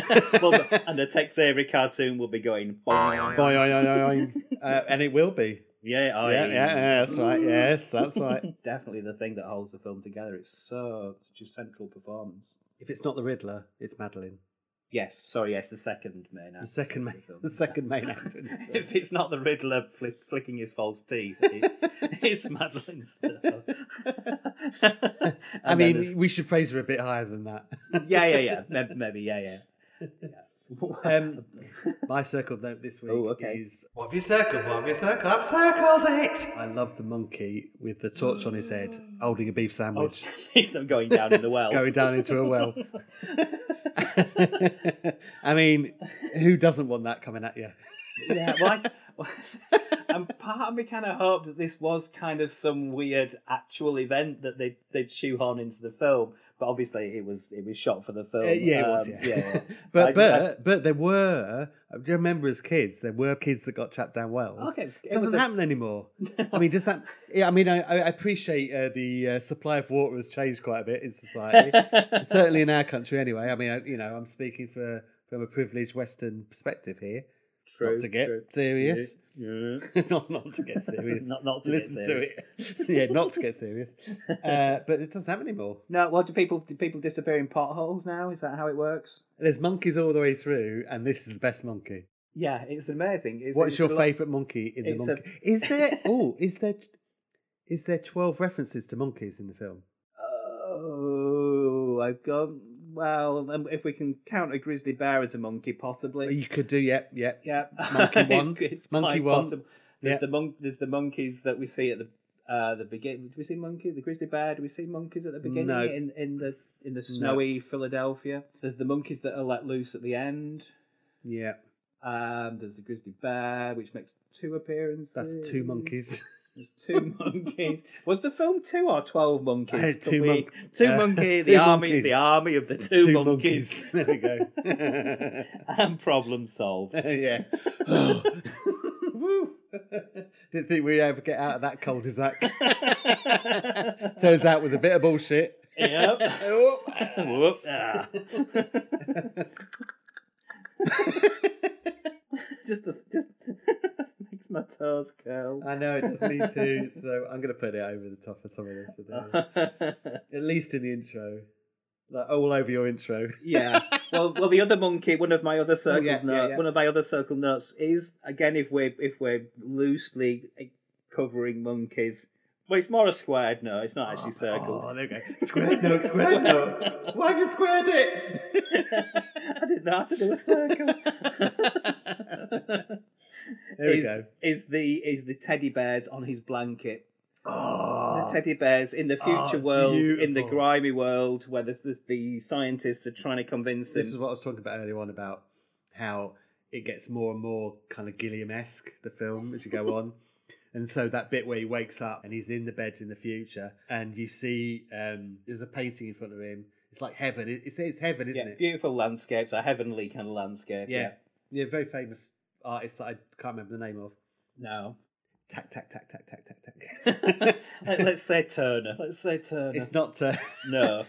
S12: well, and the Tex Avery cartoon will be going. "Boing."
S9: Boing, oing, oing, oing. Uh, and it will be.
S12: Yeah, I,
S9: Yeah, yeah, yeah, that's right. Yes, that's right.
S12: Definitely the thing that holds the film together. It's so such a central performance.
S9: If it's not the Riddler, it's Madeline,
S12: Yes, sorry, yes, the second main actor.
S9: the second main,
S12: film.
S9: the second main actor. in the film.
S12: if it's not the Riddler fli flicking his false teeth, it's it's Madeline Stowe. And
S9: I
S12: then
S9: mean,
S12: there's-
S9: we should praise her a bit higher than that.
S12: yeah, yeah, yeah, maybe, maybe yeah, yeah. yeah.
S9: Um, my circled note this week
S12: Oh, okay.
S9: is What have you circled? What have you circled? I've circled it! I love the monkey with the torch on his head holding a beef
S12: Oh,
S9: sandwich
S12: he's not going down in the well.
S9: going down into a well. I mean, who doesn't want that coming at you?
S12: yeah, well, I, and part of me kind of hoped that this was kind of some weird actual event that they they'd shoehorn into the film. But obviously, it was it was shot for the film.
S9: Uh, yeah, it was.
S12: Um,
S9: Yeah,
S12: yeah.
S9: but
S12: I-
S9: but
S12: I-
S9: but there were. I remember as kids, there were kids that got trapped down wells.
S12: Okay, it was- it
S9: doesn't
S12: was a-
S9: happen anymore. I mean, does that? Yeah, I mean, I, I appreciate uh, the uh, supply of water has changed quite a bit in society, certainly in our country. Anyway, I mean, I, you know, I'm speaking for from a privileged Western perspective here.
S12: True,
S9: Not to get
S12: true.
S9: serious.
S12: Yeah.
S9: not not to get serious.
S12: Not- not to get
S9: listen
S12: serious.
S9: to it. yeah, not to get serious. Uh, but it doesn't happen anymore.
S12: No, well, do people do people disappear in potholes now? Is that how it works?
S9: There's monkeys all the way through, and this is the best monkey.
S12: Yeah, it's amazing. It's,
S9: What's
S12: it's
S9: your
S12: a lot-
S9: favourite monkey in the
S12: it's a-
S9: monkey? Is there oh is there is there twelve references to monkeys in the film?
S12: Oh, I've got. Well, um, if we can count a grizzly bear as a monkey, possibly.
S9: You could do yep yep
S12: Yeah,
S9: monkey
S12: It's-
S9: one
S12: it's
S9: monkey
S12: quite
S9: one
S12: possible. There's
S9: Yeah.
S12: the mon- There's the monkeys that we see at the uh, the beginning. Do we see monkey? The grizzly bear? Do we see monkeys at the beginning?
S9: No.
S12: In in the in the snowy Philadelphia. There's the monkeys that are let loose at the end.
S9: yeah
S12: Um, there's the grizzly bear, which makes two appearances.
S9: that's two monkeys.
S12: There's two monkeys. Was the film two or twelve monkeys?
S9: Uh,
S12: Could
S9: two
S12: we-
S9: monk-
S12: two
S9: uh,
S12: monkeys.
S9: two
S12: the army.
S9: monkeys.
S12: The army of the two, monkeys.
S9: There we go.
S12: and problem solved.
S9: yeah. Woo. Didn't think we'd ever get out of that cul-de-sac. Turns out with a bit of bullshit.
S12: Yep.
S9: Oh.
S12: Whoop. Ah. just the just makes my toes curl.
S9: I know it doesn't need to, so I'm going to put it over the top of some of this today. At least in the intro, like all over your intro.
S12: yeah. Well, well, the other monkey, one of my other circle
S9: Oh, yeah, yeah,
S12: notes,
S9: yeah.
S12: one of my other circle notes is again if we're if we're loosely eh, covering monkeys. Well, it's more a squared note. It's not actually circled.
S9: Oh, there we go. Square note, square note. Why have you squared it?
S12: I didn't know how to do a circle.
S9: There we
S12: is,
S9: go.
S12: Is the is the teddy bears on his blanket?
S9: Oh,
S12: the teddy bears in the
S9: Oh,
S12: future
S9: it's
S12: world, in the
S9: beautiful.
S12: grimy world, where the, the, the scientists are trying to convince him.
S9: this is what I was talking about earlier on about how it gets more and more kind of Gilliam-esque the film as you go on. And so that bit where he wakes up and he's in the bed in the future, and you see um, there's a painting in front of him. It's like heaven. It- It's, it's heaven,
S12: yeah,
S9: isn't it?
S12: beautiful landscapes, a heavenly kind of landscape.
S9: Yeah. Yeah, very famous artist that I can't remember the name of.
S12: No.
S9: Tack, tack, tack, tack, tack, tack, tack.
S12: Let, us say Turner. Let's say Turner.
S9: it's not. Uh,
S12: No.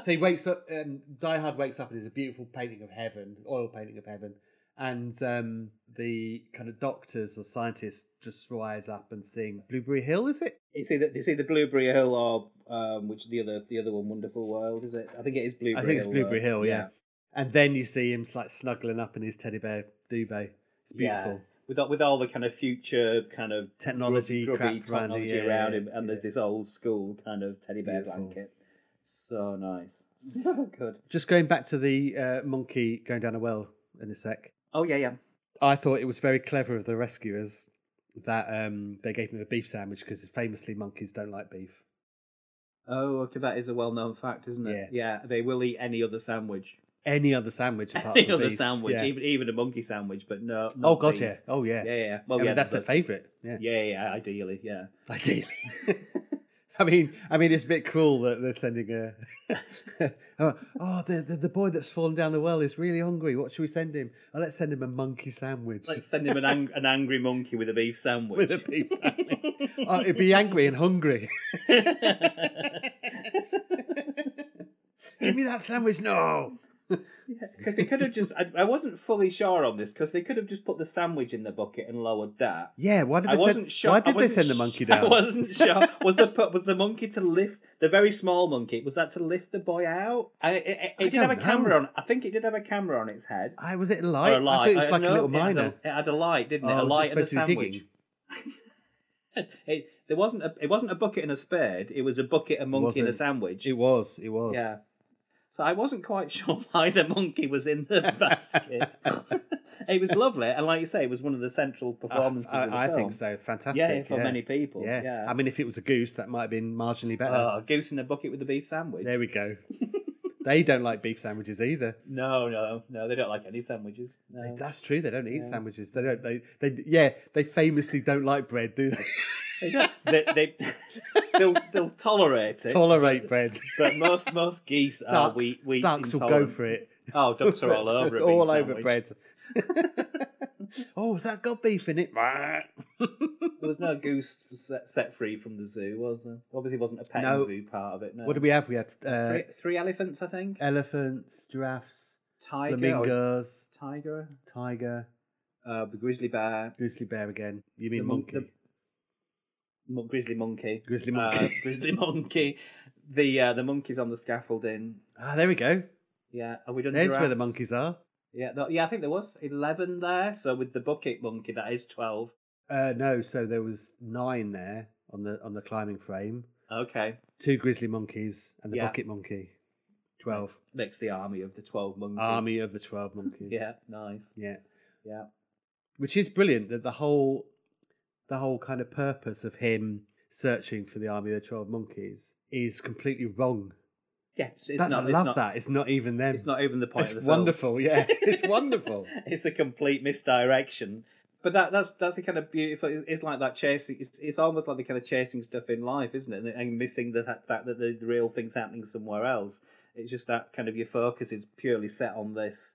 S9: so he wakes up, um, Die Hard wakes up and there's a beautiful painting of heaven, oil painting of heaven. And um, the kind of doctors or scientists just rise up and sing Blueberry Hill, is it?
S12: It's either it's either Blueberry Hill or um, which the other the other one, Wonderful World, is it? I think it is Blueberry.
S9: I think it's
S12: Hill,
S9: Blueberry
S12: uh,
S9: Hill, yeah. And then you see him like snuggling up in his teddy bear duvet. It's
S12: Yeah.
S9: beautiful.
S12: With all, with all the kind of future kind of
S9: Technology,
S12: grubby
S9: crap around
S12: technology
S9: here, yeah,
S12: around
S9: yeah,
S12: him, and
S9: yeah.
S12: there's this old school kind of teddy bear
S9: Beautiful.
S12: blanket. So nice, so good.
S9: Just going back to the uh, monkey going down a well in a sec.
S12: Oh yeah, yeah.
S9: I thought it was very clever of the rescuers that um, they gave him a beef sandwich because famously monkeys don't like beef.
S12: Oh, okay, that is a well-known fact, isn't it? Yeah, they will eat any other sandwich,
S9: Any other sandwich apart
S12: any
S9: from
S12: other
S9: beef.
S12: sandwich,
S9: yeah.
S12: even even a monkey sandwich, but no.
S9: Oh
S12: not
S9: god,
S12: beef.
S9: yeah. Oh yeah.
S12: yeah, yeah.
S9: I
S12: Well,
S9: mean,
S12: yeah,
S9: that's their
S12: but-
S9: favourite. Yeah.
S12: Yeah, yeah, ideally, yeah.
S9: Ideally. I mean, I mean, it's a bit cruel that they're sending a. oh, oh, the, the the boy that's fallen down the well is really hungry. What should we send him? Oh, let's send him a monkey sandwich.
S12: Let's send him an ang- an angry monkey with a beef sandwich.
S9: with a beef sandwich. oh, he'd be angry and hungry. Give me that sandwich, no.
S12: Because they could have just, I, I wasn't fully sure on this because they could have just put the sandwich in the bucket and lowered that.
S9: Yeah, why did
S12: I
S9: they
S12: wasn't
S9: send,
S12: sure.
S9: Why
S12: I
S9: did they
S12: wasn't
S9: send the
S12: sh-
S9: monkey
S12: I
S9: down?
S12: wasn't sure. Was the pu- was the monkey to lift the very small monkey? Was that to lift the boy out? And it, it, it
S9: I
S12: did have a
S9: don't know.
S12: camera on. I think it did have a camera on its head.
S9: I was it a
S12: Or
S9: light? I thought it was
S12: I-
S9: like
S12: no,
S9: a little
S12: it had
S9: miner.
S12: It had a light, didn't it?
S9: Oh,
S12: a
S9: was it
S12: light and a
S9: supposed to be digging?
S12: sandwich. It, there wasn't a, it wasn't a bucket and a spade. It was a bucket, a monkey, and a
S9: wasn't.
S12: sandwich.
S9: It was. It was.
S12: Yeah. So I wasn't quite sure why the monkey was in the basket. it was lovely, and like you say, it was one of the central performances.
S9: I,
S12: of the
S9: Ah, I
S12: film.
S9: think so. Fantastic.
S12: Yeah, for many people. Yeah.
S9: I mean, if it was a goose, that might have been marginally better.
S12: Oh, goose in a bucket with a beef sandwich.
S9: there we go. They don't like beef sandwiches either.
S12: No, no, no. They don't like any sandwiches. No.
S9: That's true. They don't
S12: Yeah.
S9: eat sandwiches. They don't. They, they. Yeah. They famously don't like bread, do they?
S12: They don't. They, they they'll they'll tolerate it. Oh,
S9: Tolerate bread.
S12: But most most geese are
S9: Ducks-
S12: wheat wheat
S9: ducks will go
S12: intolerant.
S9: for it.
S12: Oh, ducks are all over it.
S9: All over bread. oh, has that got beef in it?
S12: There was no goose set, set free from the zoo, was there? Obviously, wasn't a pet
S9: No.
S12: zoo part of it. No.
S9: What do we have? We had uh,
S12: Three, three elephants, I think.
S9: elephants, giraffes,
S12: Tiger.
S9: flamingos,
S12: Tiger.
S9: tiger,
S12: Uh, the grizzly bear.
S9: grizzly bear again. You mean
S12: The mon-
S9: monkey?
S12: the mon- grizzly monkey.
S9: Grizzly
S12: Uh,
S9: monkey.
S12: grizzly monkey. The uh, the monkeys on the scaffolding.
S9: ah, there we go.
S12: Yeah, are we done?
S9: There's where
S12: giraffes?
S9: the monkeys are.
S12: Yeah, th- yeah, I think there was eleven there. So with the bucket monkey, that is twelve.
S9: Uh, no, so there was nine there on the on the climbing frame.
S12: Okay,
S9: Two grizzly monkeys and the
S12: Yeah.
S9: bucket monkey. Twelve.
S12: makes the army of the twelve monkeys.
S9: Army of the twelve monkeys.
S12: Yeah, nice.
S9: Yeah.
S12: Yeah,
S9: which is brilliant that the whole the whole kind of purpose of him searching for the army of the 12 monkeys is completely wrong
S12: yeah. It's, it's
S9: That's,
S12: not,
S9: i
S12: it's
S9: love
S12: not-
S9: that it's not even them
S12: It's not even the point.
S9: It's
S12: of the film.
S9: wonderful yeah it's wonderful
S12: it's a complete misdirection. But that that's that's the kind of beautiful. It's like that chasing. It's, it's almost like the kind of chasing stuff in life, isn't it? And, and missing the fact that, that the real thing's happening somewhere else. It's just that kind of your focus is purely set on this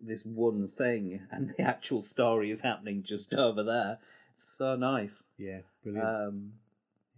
S12: this one thing, and the actual story is happening just over there. So nice.
S9: yeah brilliant
S12: Um,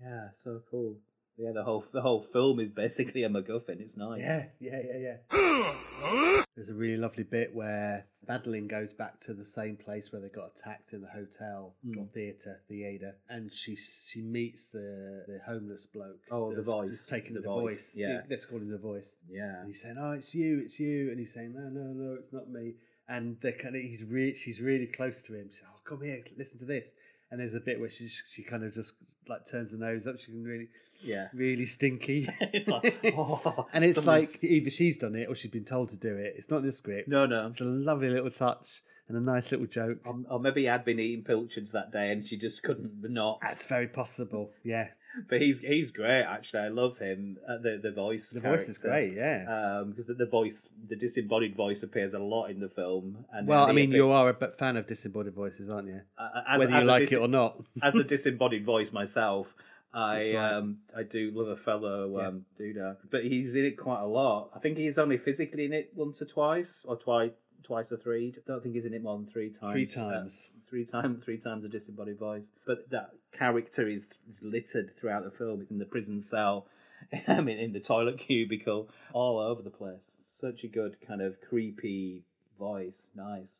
S12: yeah, so cool. Yeah, the whole the whole film is basically a MacGuffin. It's nice.
S9: yeah yeah yeah yeah there's a really lovely bit where madeline goes back to the same place where they got attacked in the hotel
S12: Hmm.
S9: or theater theater and she she meets the the homeless bloke
S12: Oh, the
S9: that's-
S12: voice.
S9: that's taking the,
S12: The
S9: voice,
S12: voice, yeah.
S9: let's call him the voice
S12: yeah.
S9: And he's saying, "Oh, it's you, it's you," and he's saying, "No, no, no, it's not me." And they're kind of he's re- she's really close to him. She's "Oh, come here, listen to this." And there's a bit where she she kind of just like turns her nose up. She can really,
S12: Yeah.
S9: really stinky.
S12: It's like, oh,
S9: and it's
S12: something's-
S9: like either she's done it or she's been told to do it. It's not in the script.
S12: No, no. Um,
S9: It's a lovely little touch and a nice little joke.
S12: Or, or maybe I'd been eating pilchards that day and she just couldn't not.
S9: That's very possible. Yeah,
S12: But he's he's great actually. I love him. Uh, the the voice.
S9: the voice is great. Yeah.
S12: Because the, the voice, the disembodied voice, appears a lot in the film. And
S9: well,
S12: and
S9: I
S12: he
S9: mean,
S12: appear-
S9: you are a b- fan of disembodied voices, aren't you?
S12: uh, as-
S9: Whether
S12: as
S9: you
S12: a
S9: like
S12: dis-
S9: it or not.
S12: as a disembodied voice myself, I
S9: That's right.
S12: um I do love a fellow
S9: Yeah.
S12: um Duda, but he's in it quite a lot. I think he's only physically in it once or twice, or twice, twice or three. I don't think he's in it more than three times.
S9: Three
S12: Uh,
S9: times.
S12: three times, three times a disembodied voice. But that character is, is littered throughout the film. It's in the prison cell, I mean, in the toilet cubicle, all over the place. Such a good kind of creepy voice. Nice.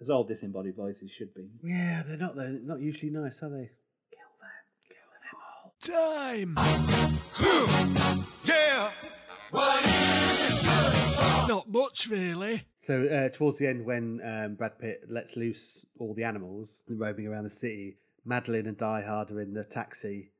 S12: As all disembodied voices should be.
S9: Yeah, but they're not they're not usually nice, are they?
S2: Time. yeah. Not much, really.
S9: So uh, towards the end, when um, Brad Pitt lets loose all the animals roaming around the city, Madeline and Die Hard are in the taxi,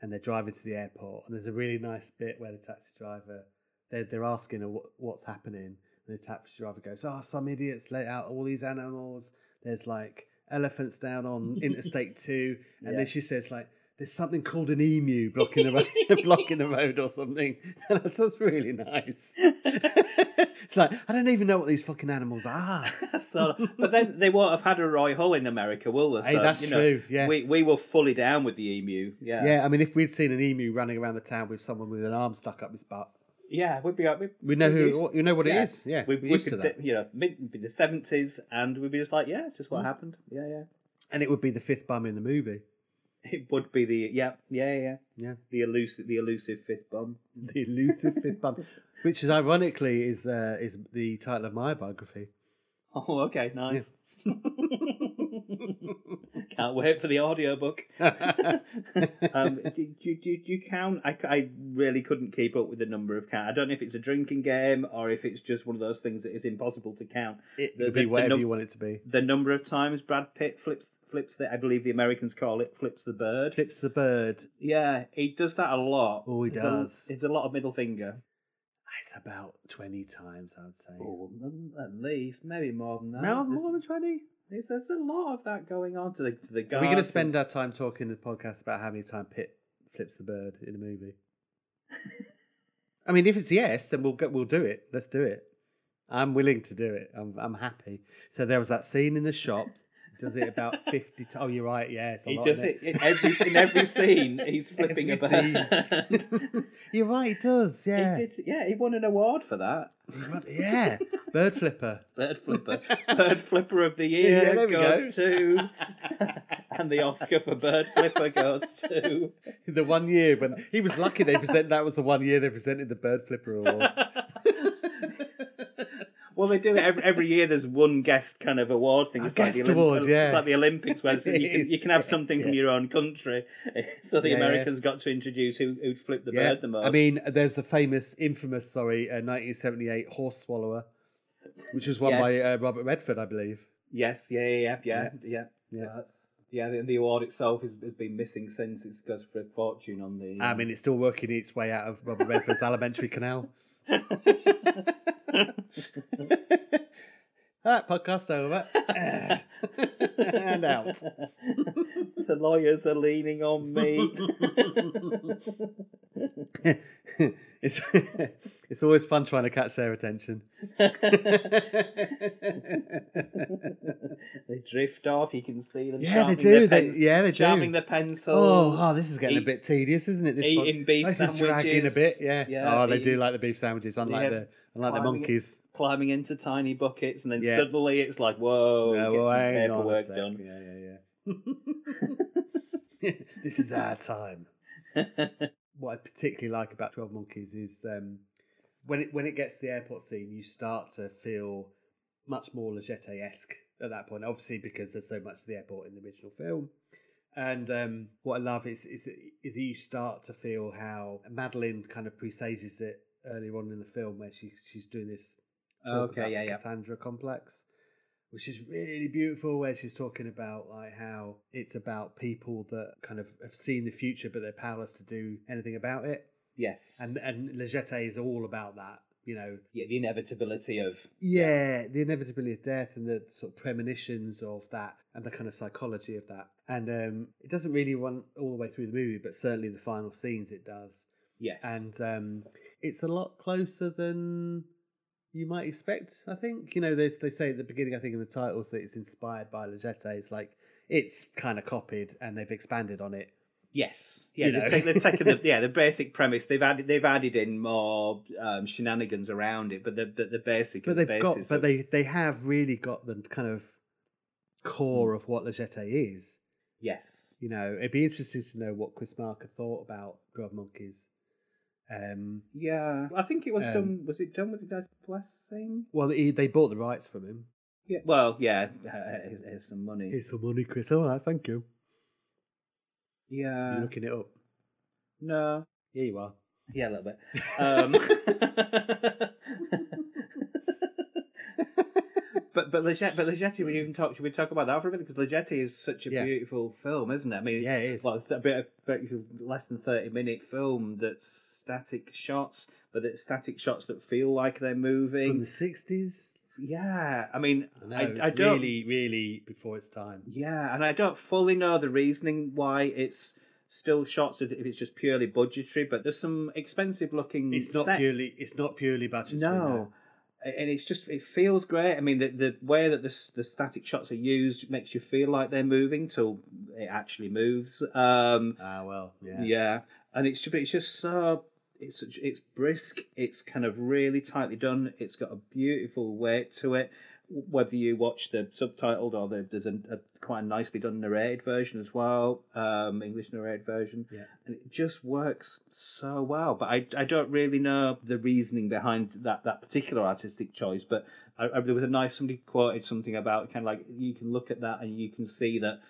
S9: and they're driving to the airport. And there's a really nice bit where the taxi driver they're they're asking her what- what's happening, and the taxi driver goes, "Oh, some idiots let out all these animals. There's like elephants down on Interstate Two, and
S12: Yeah.
S9: then she says like." There's something called an emu blocking the road, blocking the road or something. And that's that's really nice. it's like I don't even know what these fucking animals are.
S12: so, but then they won't have had a Roy Hull in America, will they?
S9: Hey,
S12: So,
S9: that's
S12: you know,
S9: true, yeah.
S12: we we were fully down with the emu. Yeah,
S9: Yeah, I mean, if we'd seen an emu running around the town with someone with an arm stuck up his butt,
S12: yeah. We'd be like, we,
S9: we know
S12: we'd
S9: who
S12: be-
S9: what- you know what
S12: yeah.
S9: it is. Yeah,
S12: we,
S9: we're
S12: we
S9: used
S12: could,
S9: to that.
S12: you know, mid it'd be the seventies, and we'd be just like, yeah, it's
S9: Mm.
S12: just what happened. Yeah, yeah.
S9: And it would be the fifth bum in the movie.
S12: It would be the yeah, yeah, yeah, yeah.
S9: Yeah,
S12: The elusive, the elusive fifth bomb.
S9: the elusive fifth bum, which is ironically is uh, is the title of my biography.
S12: Oh, okay, nice. Can't wait for the audiobook. um, do, do, do, do you count? I, c- I really couldn't keep up with the number of count. I don't know if it's a drinking game or if it's just one of those things that is impossible to count.
S9: It
S12: The-
S9: could
S12: the-
S9: be
S12: the
S9: whatever
S12: num-
S9: you want it to be.
S12: The number of times Brad Pitt flips flips the I believe the Americans call it flips the bird.
S9: Flips the bird.
S12: Yeah, he does that a lot.
S9: Oh, he
S12: It's a-
S9: does.
S12: it's a lot of middle finger.
S9: It's about twenty times, I'd say.
S12: Oh, at least maybe more than that.
S9: no,
S12: There's-
S9: more than twenty.
S12: There's, there's a lot of that going on to the to the guy.
S9: Are we going to spend our time talking in the podcast about how many times Pitt flips the bird in a movie? I mean, if it's yes, then we'll go, we'll do it. Let's do it. I'm willing to do it. I'm I'm happy. So there was that scene in the shop. He Does it about fifty? T- oh, you're right. Yes,
S12: He does it in every- in every scene, he's flipping a bird.
S9: bird. you're right. He does. Yeah.
S12: He did, yeah, he won an award for that.
S9: Yeah. Bird flipper.
S12: Bird flipper. Bird flipper of the year
S9: Yeah, there we
S12: goes to. and the Oscar for Bird flipper goes to.
S9: The one year when he was lucky they present that was the one year they presented the bird flipper award.
S12: Well, they do it every, every year. There's one guest kind of award thing. It's
S9: guest
S12: the Olymp-
S9: award, yeah.
S12: It's like the Olympics, where you
S9: It
S12: can,
S9: is,
S12: you can have
S9: yeah,
S12: something from your own country. So the
S9: Yeah, yeah.
S12: Americans got to introduce who, who'd flip the bird the most.
S9: I mean, there's the famous, infamous, sorry, uh, 1978 Horse Swallower, which was won
S12: Yes.
S9: by uh, Robert Redford, I believe.
S12: Yes, yeah, yeah, yeah,
S9: Yeah.
S12: yeah, yeah.
S9: Yeah.
S12: That's, yeah, the, the award itself has, has been missing since it's goes for a fortune on the.
S9: I mean, it's still working its way out of Robert Redford's alimentary canal.
S12: um,
S9: that podcast over and out.
S12: the lawyers are leaning on me.
S9: it's it's always fun trying to catch their attention.
S12: they drift off. You can see them.
S9: Yeah, they
S12: sharpening
S9: do.
S12: their
S9: They,
S12: pen-
S9: yeah, they do.
S12: Sharpening the pencils.
S9: Oh, oh, this is getting
S12: eat-
S9: a bit tedious, isn't it? This
S12: eating
S9: pod-
S12: beef
S9: This is dragging a
S12: sandwiches.
S9: bit. Yeah.
S12: Yeah,
S9: oh, they do
S12: eating-
S9: like the beef sandwiches, unlike
S12: Yeah.
S9: the unlike the
S12: Climbing it.
S9: monkeys.
S12: Climbing into tiny buckets, and then
S9: Yeah.
S12: suddenly it's like, whoa,
S9: Yeah,
S12: get
S9: well,
S12: some
S9: hang on a
S12: paperwork
S9: sec.
S12: done.
S9: Yeah, yeah, yeah. this is our time. what I particularly like about Twelve Monkeys is um, when it when it gets to the airport scene, you start to feel much more Legette esque at that point. Obviously, because there's so much of the airport in the original film. And um, what I love is is is that you start to feel how Madeline kind of presages it earlier on in the film, where she she's doing this talk
S12: Okay,
S9: about
S12: yeah,
S9: the
S12: yeah.
S9: Cassandra complex, which is really beautiful. Where she's talking about like how it's about people that kind of have seen the future, but they're powerless to do anything about it.
S12: Yes,
S9: And and Legette is all about that, you know.
S12: yeah, the inevitability of
S9: Yeah, the inevitability of death and the sort of premonitions of that and the kind of psychology of that. And um, it doesn't really run all the way through the movie, but certainly the final scenes it does.
S12: yes,
S9: And um, it's a lot closer than you might expect, I think. You know, they, they say at the beginning, I think in the titles, that it's inspired by Legette. It's like, it's kind of copied and they've expanded on it.
S12: Yes, yeah,
S9: You
S12: they've,
S9: know.
S12: ta- they've taken the yeah the basic premise. They've added they've added in more um, shenanigans around it, but the but the basic.
S9: But
S12: and the
S9: they've got,
S12: basis
S9: but
S12: of-
S9: they, they have really got the kind of
S12: Hmm.
S9: core of what Legette is.
S12: yes,
S9: you know, it'd be interesting to know what Chris Marker thought about Grub Monkeys. Um,
S12: yeah. I think it was
S9: Um,
S12: done. Was it done with the Dad's blessing?
S9: well, he, they bought the rights from him.
S12: Yeah. Well, yeah. uh, Here's here's some money.
S9: Here's some money, Chris. All right, thank you.
S12: yeah. Uh,
S9: You're looking it up.
S12: No.
S9: Yeah, you are.
S12: Yeah, a little bit. Um, but but Legette, but Legette, we even talk. Should we talk about that for a minute? Because Legette is such a
S9: Yeah.
S12: beautiful film, isn't it? I mean,
S9: Yeah, it is.
S12: Well, it's a bit of but if you- less than thirty minute film that's static shots, but it's static shots that feel like they're
S9: From
S12: moving.
S9: the sixties.
S12: Yeah, I mean,
S9: I
S12: I,
S9: know.
S12: I,
S9: it's
S12: don't.
S9: really, really before its time.
S12: Yeah, and I don't fully know the reasoning why it's still shots if it's just purely budgetary, but there's some expensive looking.
S9: It's not
S12: sets.
S9: purely. It's not purely budgetary.
S12: No. And it's just it feels great. I mean, the the way that the s- the static shots are used makes you feel like they're moving till it actually moves. Um,
S9: Ah well. Yeah.
S12: yeah. and it's it's just so it's such- it's brisk. It's kind of really tightly done. It's got a beautiful weight to it. Whether you watch the subtitled or the, there's a, a quite nicely done narrated version as well, um, English narrated version,
S9: Yeah.
S12: and it just works so well. But I, I don't really know the reasoning behind that, that particular artistic choice. But I, I, there was a nice somebody quoted something about kind of like you can look at that and you can see that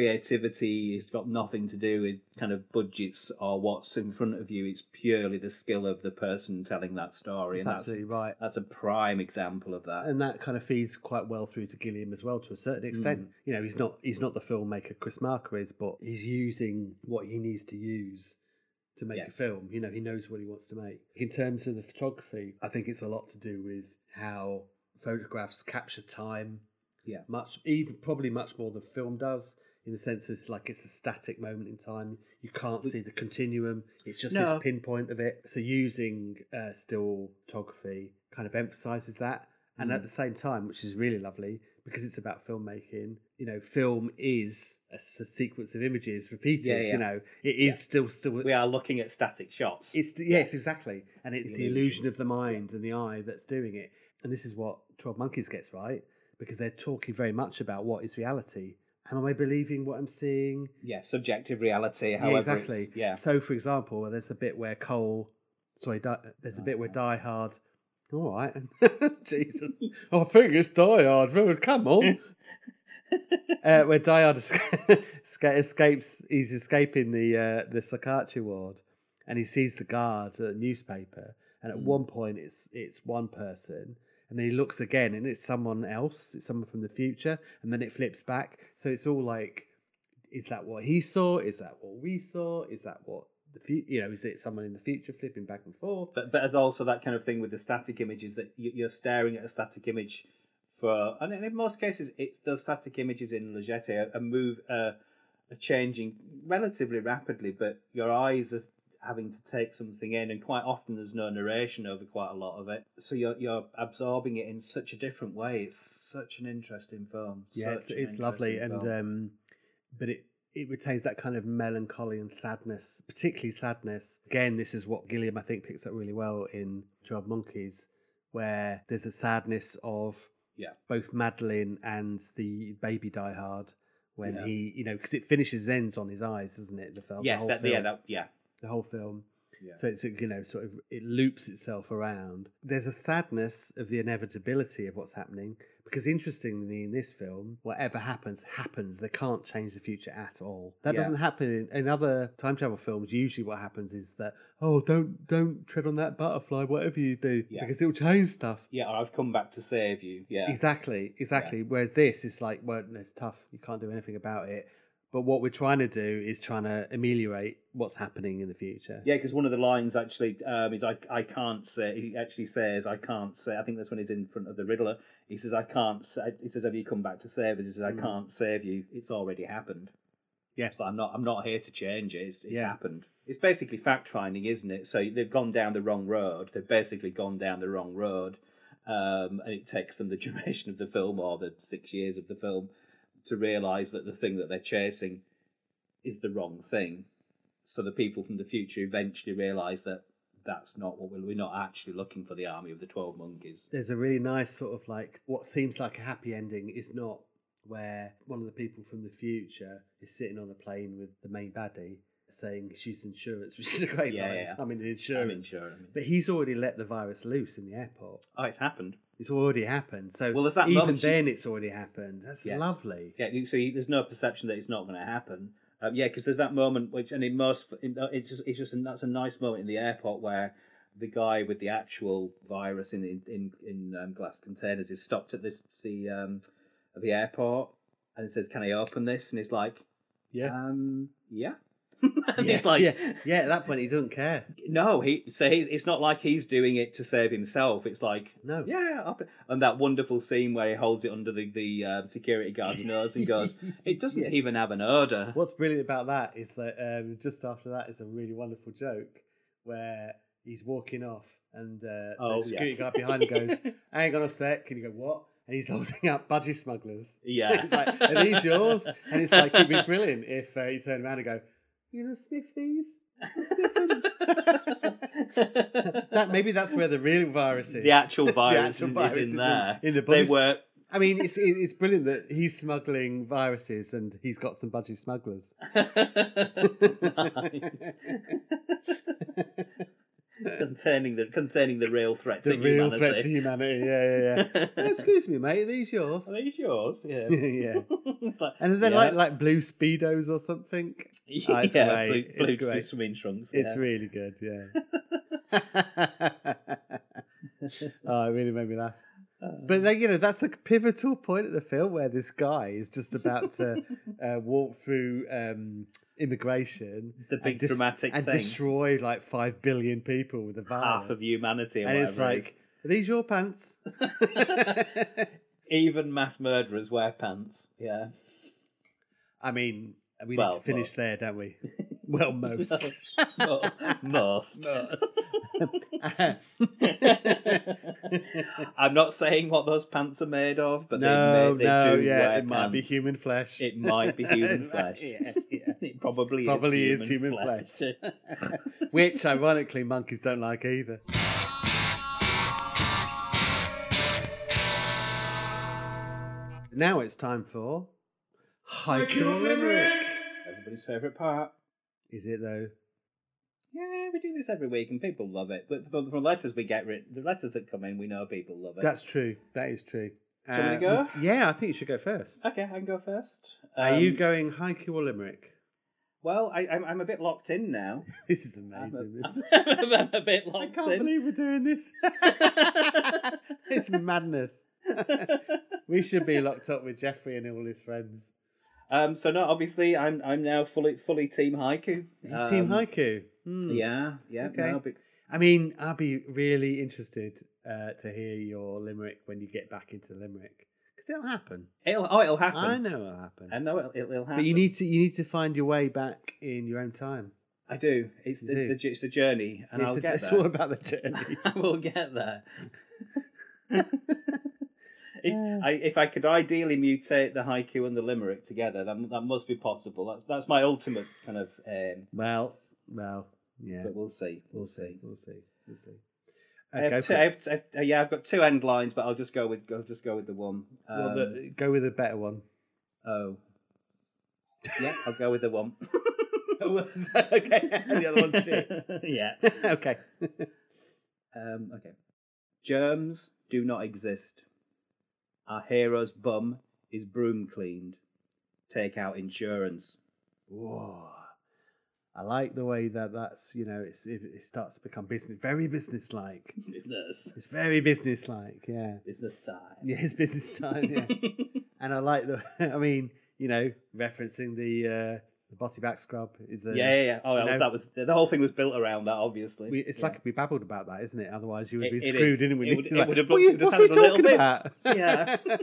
S12: creativity has got nothing to do with kind of budgets or what's in front of you. It's purely the skill of the person telling that story,
S9: That's
S12: and that's
S9: absolutely right.
S12: that's a prime example of that.
S9: And that kind of feeds quite well through to Gilliam as well, to a certain
S12: Mm.
S9: extent. You know, he's not he's not the filmmaker Chris Marker is, but he's using what he needs to use to make
S12: Yeah.
S9: a film. You know, he knows what he wants to make. In terms of the photography, I think it's a lot to do with how photographs capture time.
S12: Yeah.
S9: much even probably much more than film does. in the sense it's like it's a static moment in time. You can't see the continuum. It's just
S12: No.
S9: this pinpoint of it. So using uh, still photography kind of emphasizes that, and at
S12: Mm.
S9: the same time, which is really lovely because it's about filmmaking. You know, film is a, s- a sequence of images repeated.
S12: Yeah, yeah.
S9: You know, it is still still.
S12: We are looking at static shots.
S9: It's yes, exactly, and it's
S12: The
S9: the
S12: illusion.
S9: illusion of the mind and the eye that's doing it. And this is what Twelve Monkeys gets right because they're talking very much about what is reality. Am I believing what I'm seeing?
S12: yeah, subjective reality. However,
S9: yeah,
S12: it's-
S9: exactly.
S12: Yeah,
S9: So, for example, there's a bit where Cole, sorry, di- there's a bit
S12: Oh,
S9: where Die Hard. All right, Jesus, I think it's Die Hard. Well, Come on, uh, where Die Hard esca- esca- escapes, he's escaping the uh, the Sakachi ward, and he sees the guard at the newspaper. And at
S12: Mm.
S9: one point, it's it's one person, and then he looks again, and it's someone else. It's someone from the future, and then it flips back. So it's all like is that what he saw? Is that what we saw? Is that what the future? You know, is it someone in the future flipping back and forth?
S12: but but it's also that kind of thing with the static images that you- you're staring at a static image for, and in most cases, it does static images in Legette a, a move, uh, a changing relatively rapidly, but your eyes are having to take something in, and quite often there's no narration over quite a lot of it, so you're you're absorbing it in such a different way. It's such an interesting film.
S9: yeah, it's,
S12: such an
S9: it's lovely,
S12: interesting
S9: and
S12: film.
S9: um, but it it retains that kind of melancholy and sadness, particularly sadness. Again, this is what Gilliam I think picks up really well in Twelve Monkeys, where there's a sadness of
S12: Yeah.
S9: both Madeline and the baby Die Hard when
S12: Yeah.
S9: he you know because it finishes ends on his eyes, doesn't it? uh, The film, the
S12: yes,
S9: whole
S12: that,
S9: film.
S12: yeah, that, yeah,
S9: the whole film.
S12: Yeah.
S9: So it's you know sort of it loops itself around. There's a sadness of the inevitability of what's happening because interestingly in this film, whatever happens happens. They can't change the future at all. That
S12: Yeah.
S9: doesn't happen in, in other time travel films. Usually, what happens is that oh don't don't tread on that butterfly, whatever you do,
S12: Yeah.
S9: because it'll change stuff.
S12: yeah. Or I've come back to save you. Yeah,
S9: Exactly, exactly. Whereas this is like, well, it's tough. You can't do anything about it. But what we're trying to do is trying to ameliorate what's happening in the future.
S12: Yeah, because one of the lines actually um, is I, I can't say. He actually says I can't say. I think that's when he's in front of the Riddler. He says I can't. Say, he says Have you come back to save us? He says I
S9: Mm.
S12: can't save you. It's already happened.
S9: Yeah.
S12: It's like, I'm not. I'm not here to change it. It's, it's
S9: Yeah.
S12: happened. It's basically fact finding, isn't it? So they've gone down the wrong road. They've basically gone down the wrong road, um, and it takes them the duration of the film or the six years of the film to realise that the thing that they're chasing is the wrong thing. So the people from the future eventually realise that that's not what we're, we're not actually looking for the army of the 12 monkeys.
S9: there's a really nice sort of like what seems like a happy ending is not where one of the people from the future is sitting on the plane with the main baddie saying she's insurance, which is a great
S12: Yeah,
S9: line.
S12: yeah.
S9: I mean
S12: I
S9: insurance.
S12: mean, sure. I mean,
S9: But he's already let the virus loose in the airport.
S12: oh, it's happened.
S9: It's already happened. So
S12: Well, if that
S9: even
S12: moment she-
S9: then it's already happened. That's
S12: Yes.
S9: lovely.
S12: Yeah, you, so you, there's no perception that it's not going to happen. Um, yeah, because there's that moment which, and in most, in, uh, it's just, it's just, an, that's a nice moment in the airport where the guy with the actual virus in in in, in um, glass containers is stopped at this the um at the airport and it says, "Can I open this?" And he's like,
S9: Yeah.
S12: um, yeah." and
S9: yeah.
S12: he's like,
S9: yeah. Yeah, at that point he doesn't care.
S12: No, he so he, it's not like he's doing it to save himself. It's like "Oh,
S9: No.
S12: yeah, up, and that wonderful scene where he holds it under the the um, security guard's nose and goes, "It doesn't
S9: Yeah.
S12: even have an odor."
S9: What's brilliant about that is that um, just after that is a really wonderful joke where he's walking off and uh,
S12: Oh,
S9: the security
S12: yeah.
S9: guard behind him goes, "Hang on a sec," and you go, "What?" And he's holding up budgie smugglers.
S12: Yeah,
S9: He's like, "Are these yours?" And it's like it'd be brilliant if uh, you turn around and go, "You gonna sniff these?" Sniff 'em." that maybe that's where the real virus is.
S12: the actual virus,
S9: actual
S12: is-
S9: virus
S12: is,
S9: is
S12: in
S9: in-
S12: there.
S9: in the
S12: they
S9: bodies.
S12: were
S9: I mean, it's it- it's brilliant that he's smuggling viruses and he's got some budgie smugglers.
S12: nice. containing the containing the real threat
S9: the
S12: to
S9: real
S12: humanity.
S9: threat to humanity. Yeah, yeah, yeah. "Oh, excuse me, mate. Are these yours?
S12: Are these yours? Yeah.
S9: yeah.
S12: It's like,
S9: And they're
S12: yeah.
S9: like like blue speedos or something. Oh, it's
S12: yeah,
S9: great.
S12: Blue,
S9: It's
S12: blue, blue
S9: great.
S12: swimming trunks.
S9: It's
S12: yeah.
S9: really good. Yeah. oh, it really made me laugh.
S12: Uh.
S9: But like, you know, that's the pivotal point of the film where this guy is just about to uh, walk through um, immigration,
S12: The
S9: and
S12: big dramatic
S9: and
S12: thing.
S9: destroy like five billion people with a virus.
S12: half of humanity, or
S9: and it's
S12: whatever it
S9: like, are these your pants?
S12: is. even mass murderers wear pants. Yeah,
S9: I mean, we need
S12: Well,
S9: to finish there, don't we? Well, most.
S12: Most. I'm not saying what those pants are made of, but
S9: No,
S12: they, they, they
S9: no,
S12: do
S9: yeah,
S12: wear
S9: it might be
S12: pants.
S9: human flesh.
S12: It might be human flesh.
S9: Yeah,
S12: It probably,
S9: Probably
S12: is
S9: is
S12: human,
S9: human
S12: flesh.
S9: Which, ironically, monkeys don't like either. Now it's time for Haiku Limerick.
S12: Everybody's favourite part.
S9: Is it though?
S12: Yeah, we do this every week and people love it. But from the letters we get, writ- the letters that come in, we know people love it.
S9: That's true. That is true. Uh,
S12: Do you want me to go?
S9: Yeah, I think you should go first.
S12: Okay, I can go first.
S9: Are
S12: Um,
S9: you going haiku or limerick?
S12: Well, I, I'm, I'm a bit locked in now.
S9: This is
S12: I'm
S9: amazing.
S12: a-
S9: This
S12: I'm a, bit locked
S9: I
S12: in.
S9: can't believe we're doing this. it's madness. we should be locked up with Jeffrey and all his friends.
S12: Um, so no, obviously I'm I'm now fully fully team haiku.
S9: Your Team
S12: Um,
S9: haiku. Hmm.
S12: Yeah, yeah.
S9: Okay.
S12: no, but-
S9: I mean, I'll be really interested uh, to hear your limerick when you get back into limerick because it'll happen.
S12: it'll oh it'll happen.
S9: I know it'll happen.
S12: I know it'll, it'll happen.
S9: But you need to you need to find your way back in your own time.
S12: I do. It's
S9: You
S12: the,
S9: do.
S12: the it's the journey, and
S9: it's
S12: I'll
S9: a-
S12: get
S9: it's
S12: there.
S9: all about the journey.
S12: I will get there. if, I, if I could ideally mutate the haiku and the limerick together, that, that must be possible. That's that's my ultimate kind of. Um,
S9: well, well, yeah.
S12: but we'll see. We'll see.
S9: We'll see. We'll see. Uh,
S12: I have
S9: Okay,
S12: two, I have, I have- yeah, I've got two end lines, but I'll just go with go just go with the one. Um,
S9: well, the, go with a better one.
S12: Oh. Yeah, I'll go with the one.
S9: okay, the other one's shit.
S12: yeah.
S9: okay.
S12: Um, okay. Germs do not exist. Our hero's bum is broom cleaned. Take out insurance.
S9: Whoa. I like the way that that's you know it's it, it starts to become business very business like.
S12: Business.
S9: It's very business like. Yeah.
S12: Business time.
S9: Yeah, it's business time. Yeah. and I like the. I mean, you know, referencing the uh, the body back scrub is a.
S12: Yeah, yeah, yeah. Oh, that
S9: No.
S12: was, that was the whole thing was built around that, obviously.
S9: We, it's
S12: yeah.
S9: like we babbled about that, isn't it? Otherwise, you would
S12: It-
S9: have been
S12: it is.
S9: screwed in. wouldn't
S12: It would-
S9: you?
S12: it
S9: Like,
S12: would have
S9: what
S12: looked
S9: you-
S12: to the
S9: What's
S12: side
S9: he
S12: of the little
S9: talking
S12: bit."
S9: about?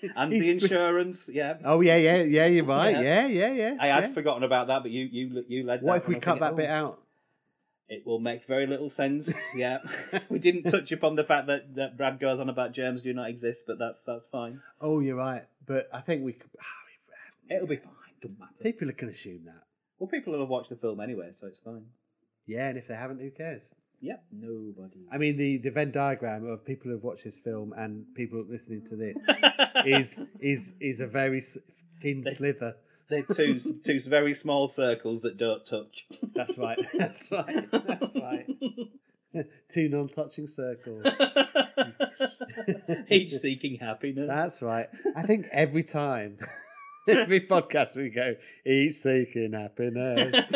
S12: Yeah. and
S9: He's
S12: the
S9: been-
S12: insurance. Yeah.
S9: Oh yeah, yeah, yeah. You're right.
S12: Yeah.
S9: Yeah, yeah, yeah.
S12: I had
S9: yeah.
S12: forgotten about that, but you you you led.
S9: What
S12: that
S9: if we
S12: one, I
S9: cut
S12: think,
S9: that
S12: oh.
S9: bit out?
S12: It will make very little sense. Yeah, we didn't touch upon the fact that, that Brad goes on about germs do not exist, but that's that's fine.
S9: Oh, you're right. But I think we. Could... ah,
S12: It'll be fine. Don't matter.
S9: People can assume that.
S12: well, people will have watched the film anyway, so it's fine.
S9: Yeah, and if they haven't, who cares?
S12: Yep, nobody.
S9: I mean, the, the Venn diagram of people who've watched this film and people listening to this is is is a very s- thin slither.
S12: They're two two very small circles that don't touch.
S9: That's right. That's right. That's right. Two non-touching circles.
S12: Each seeking happiness.
S9: That's right. I think every time, every podcast we go, each seeking happiness,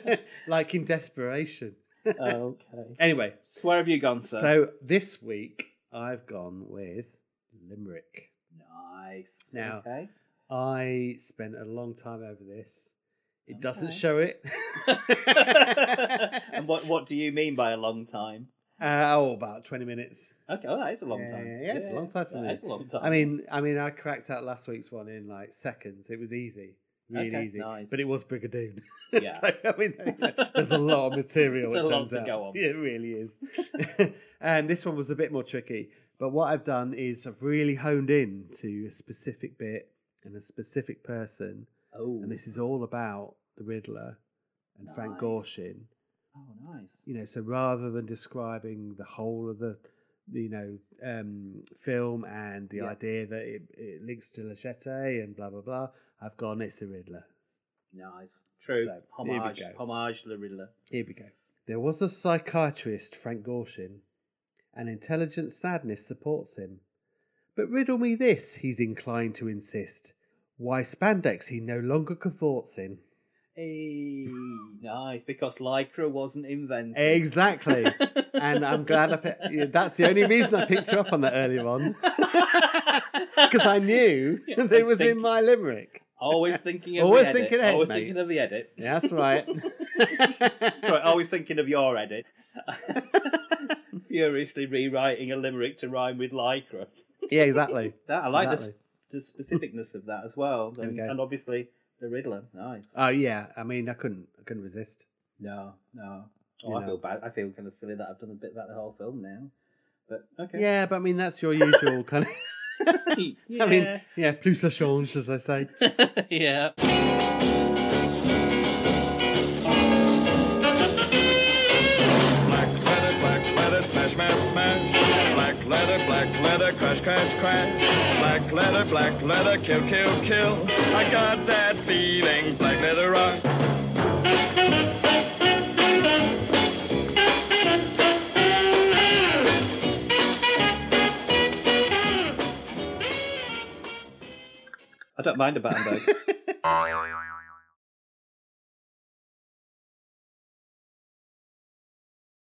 S9: like in desperation.
S12: okay.
S9: Anyway,
S12: So where have you gone, sir?
S9: so this week I've gone with Limerick.
S12: nice.
S9: Now-
S12: okay.
S9: I spent a long time over this. It doesn't
S12: Okay.
S9: show it.
S12: and what what do you mean by a long time?
S9: Uh, oh, about twenty minutes.
S12: Okay, well, that is a long
S9: Yeah,
S12: time.
S9: yeah, yeah, it's a long time for
S12: that
S9: me.
S12: is a long time.
S9: I mean, I mean, I cracked out last week's one in like seconds. It was easy, really
S12: Okay,
S9: easy.
S12: nice.
S9: But it was Brigadoon.
S12: Yeah.
S9: so, I mean, you know, there's a lot of material.
S12: There's
S9: it
S12: a lot
S9: turns
S12: to
S9: out.
S12: go on.
S9: Yeah, it really is. and this one was a bit more tricky. But what I've done is I've really honed in to a specific bit and a specific person,
S12: oh,
S9: and this is all about the Riddler and Frank
S12: Nice.
S9: Gorshin
S12: oh, nice.
S9: you know so rather than describing the whole of the you know um film and the
S12: Yeah.
S9: idea that it, it links to Lachette and blah blah blah i've gone it's the riddler
S12: Nice. True.
S9: So, here we
S12: homage.
S9: go.
S12: Homage Le Riddler.
S9: here we go there was a psychiatrist frank gorshin an intelligent sadness supports him but riddle me this he's inclined to insist why spandex he no longer cavorts in
S12: Hey, nice. Because Lycra wasn't invented.
S9: exactly and i'm glad i pi- that's the only reason i picked you up on that earlier on because I knew
S12: Yeah,
S9: that it
S12: I'm
S9: was in
S12: thinking-
S9: my limerick.
S12: Always thinking of
S9: Always
S12: the edit.
S9: thinking ahead,
S12: Always
S9: mate.
S12: thinking of the edit.
S9: Yeah, that's right.
S12: Sorry, always thinking of your edit. Furiously rewriting a limerick to rhyme with Lycra.
S9: yeah, exactly.
S12: That I like the, s-
S9: Exactly.
S12: the specificicness of that as well,
S9: we
S12: and,
S9: go.
S12: and obviously The Riddler, nice.
S9: Oh yeah, I mean, I couldn't, I couldn't resist.
S12: No, no. Oh,
S9: You
S12: I
S9: know.
S12: feel bad. I feel kind of silly that I've done a bit about the whole film now. But okay.
S9: Yeah, but I mean, that's your usual kind of. I mean,
S12: Yeah.
S9: yeah, plus la change, as I say.
S12: yeah.
S1: Black leather, black leather, smash, smash, smash. Black leather, black leather, crash, crash, crash. Black leather, black leather, kill, kill, kill. I got that feeling, black leather rock.
S12: I don't mind a Battenberg.